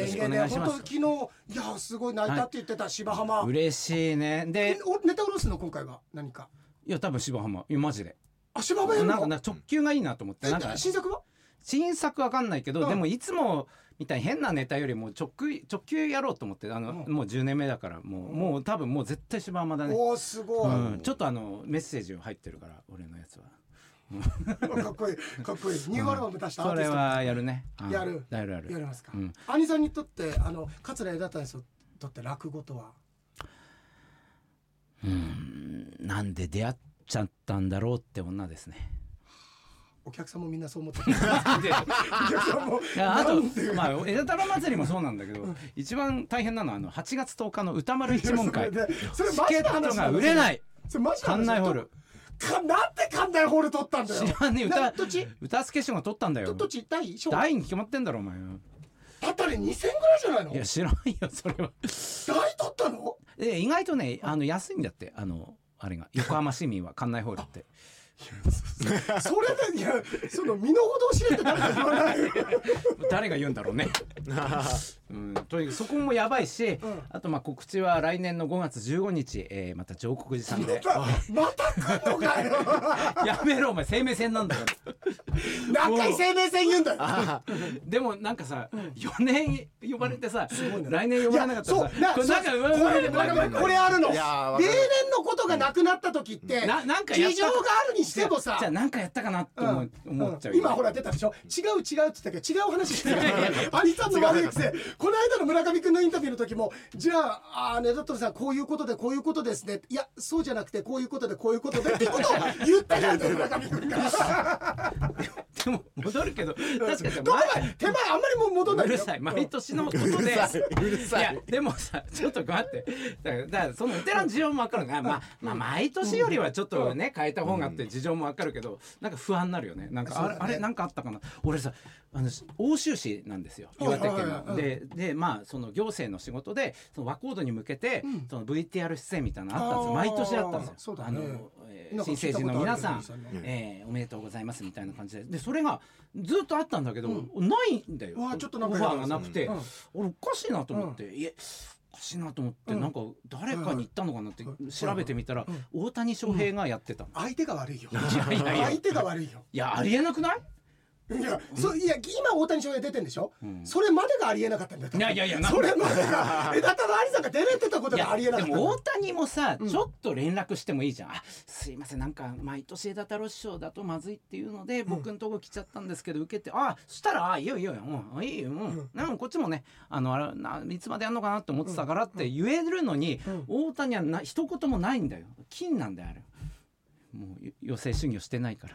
よ
ー、
ろしくお願いします
本当昨日いやすごい泣いたって言ってた芝浜、
嬉しいねで
えおネタ下ろすの今回は何か
いや多分芝浜いやマジで
あ芝浜
な
やる
ん
の
かなんか直球がいいなと思って
え
なんか
新作は
新作わかんないけど、
うん
でもいつもみたいに変なネタよりも直球直球やろうと思ってあの、
うん
もう10年目だからもう、もう多分もう絶対芝浜だね
おーすごい、
うん、ちょっとあのメッセージが入ってるから俺のやつは
[laughs] かっこいいかっこいいニューアルバム出したア
そ
ーティ
れ
スト
はやるね、うん
やる
やるやる
やりますか、
うん
兄さんにとってあの桂枝太郎さんにとって落語とは
うんなんで出会っちゃったんだろうって女です
[laughs]
ね
お客さんもみんなそう思ってるお
で
客さんも
いやあと
なんで、
まあ、枝太郎祭りもそうなんだけど、一番大変なのはあの8月10日の歌丸一問
[laughs]
会
いやそれ
チ
それ
ケットが売れないい
それマジな話
館内ホール
かなんで館内ホール取ったんだよ
知らねえ
な
歌
どっち
歌助賞が取ったんだ
ど
よ
どっち第一章だ
大に決まってんだろお前
ったら2000ぐらいじゃないの
いや知らないよそれは
大取ったの
で意外とねあの安いんだってあのあれが横浜市民は館内ホールっ
[laughs]
て
それでいやその身の程を知れって誰か言わないよ
誰が言うんだろうね。うん、とにかくそこもやばいし、あとまあ告知は来年の5月15日、えー、また上国寺さんで。
また来んのかよ
やめろお前生命線なんだから。
何回生命線言うんだよ
でもなんかさ、4年呼ばれてさ、来年呼
い
ばれ
や
なかった
そう
らさ、これなんかうわうわうわうわう
これこれあるの
いやーわか
例
る
年のことがなくなった時って
ななんかやっ
事
た
情があるにしてもさ
じゃあなんかやったかなって思,、う
うん
思っちゃうよね、
今ほら出たでしょ違う違うって言ったけど違う話してる
[laughs]
兄さんの悪い癖この間の村上君のインタビューの時もじゃああーねだっとさんこういうことでこういうことですねいやそうじゃなくてこういうことでこういうことでっていうことを言ったからね村上君が
でも戻るけど確かにさ
どこまで手前あんまりもう戻んな
う
いよ
るさい毎年のことで
うるさいうるさい
やでもさちょっと待ってだからだからそのお寺の事情も分かるが、まあ、まあ毎年よりはちょっとね変えた方がって事情も分かるけどなんか不安になるよねなんかあれ,、あれなんかあったかな俺さあの欧州市なんですよ岩手
はい
県
はいはい
の。ででまあその行政の仕事でその和光度に向けて、その VTR 出演みたいなのあったんですよ毎年あったんですよ。
そうだ
あ
ね
のえー
なんか聞
新
いた
成
こ
人の
とある
皆さん
そうだ、
えーおめでとうございますみたいな感じででそれがずっとあったんだけど、ないんだよ
うわちょっとなんか
オファーがなくて、
うん
俺おかしいなと思って、いえおかしいなと思って、なんか誰かに言ったのかなって調べてみたら、大谷翔平がやってたの、
相手が悪いよ
いやいやいや
相手が悪いよ
いやありえなくない
いやそういや今大谷翔平出てんでしょ、
ん
それまでがありえなかったんだよ多分
いやいやいやなんで
それまでがえだからアリさんが出れてたこと
いや
がありえなか
で
った
も大谷もさ、ちょっと連絡してもいいじゃんあすいませんなんか毎年枝太郎師匠だとまずいっていうので僕のとこ来ちゃったんですけど、受けてあそしたらあいいよいいようんいいよ、うんなんかこっちもねあのあれないつまでやんのかなって思ってたからって言えるのに、大谷はな一言もないんだよ金なんだよあれもうよ養成主義をしてない
[laughs]
から。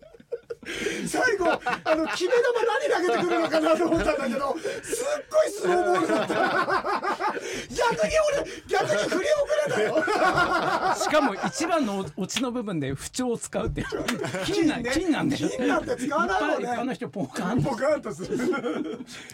最後あの決め球何投げてくるのかなと思ったんだけどすっごいスローボールだった
[laughs]
逆に俺逆に振り遅れたよ
しかも一番のオチの部分で不調を使うっていう金なん
ね
金なんだよ
金なんて使わないもんね
一般一般の人ポカン
ポカンとする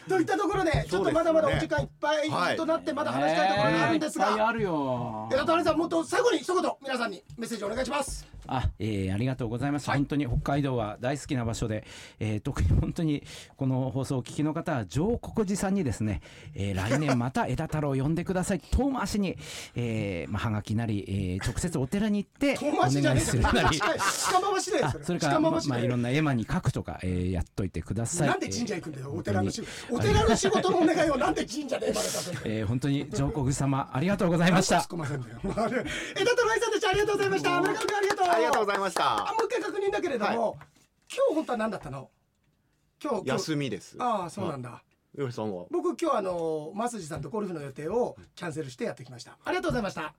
といったところでちょっとまだまだお時間いっぱいとなってまだ話したいところがあるんです
えーいっぱい
が
あるよ
江田アリさんもっと最後に一言皆さんにメッセージお願いします
あ、えー、ありがとうございます、本当に北海道は大好きな場所で、えー、特に本当にこの放送をお聞きの方は上国寺さんにですね、えー、来年また枝太郎を呼んでくだ
[laughs]
さい遠回しに、えー、まあはがきなり、えー、直接お寺に行って
遠回しじゃ
お願い
ねえじ
す
ゃん
る
近
な
回
り
し [laughs] ない近回しない
あ
よ
そ
そ
れ
れ
から
近
ま
回し
ま
な
あ
い
いろんな絵馬に書くとか、えー、やっといてください
なんで神社行くんだよお寺の仕
えー
お寺の仕事のお願いをなんで神社で呼ばれたんだよ
えー、本当に上皇様ありがとうございまし
突
た
っ込ませんだよ。あれえだとロイさんたちありがとうございました。村上君ありがとう。
ありがとうございまし
あ
た
もう一回確認だけれども、今日本当は何だったの？今日今日
休みです
ああそうなんだ。
よしさんは
僕今日あのマスジさんとゴルフの予定をキャンセルしてやってきました。ありがとうございました。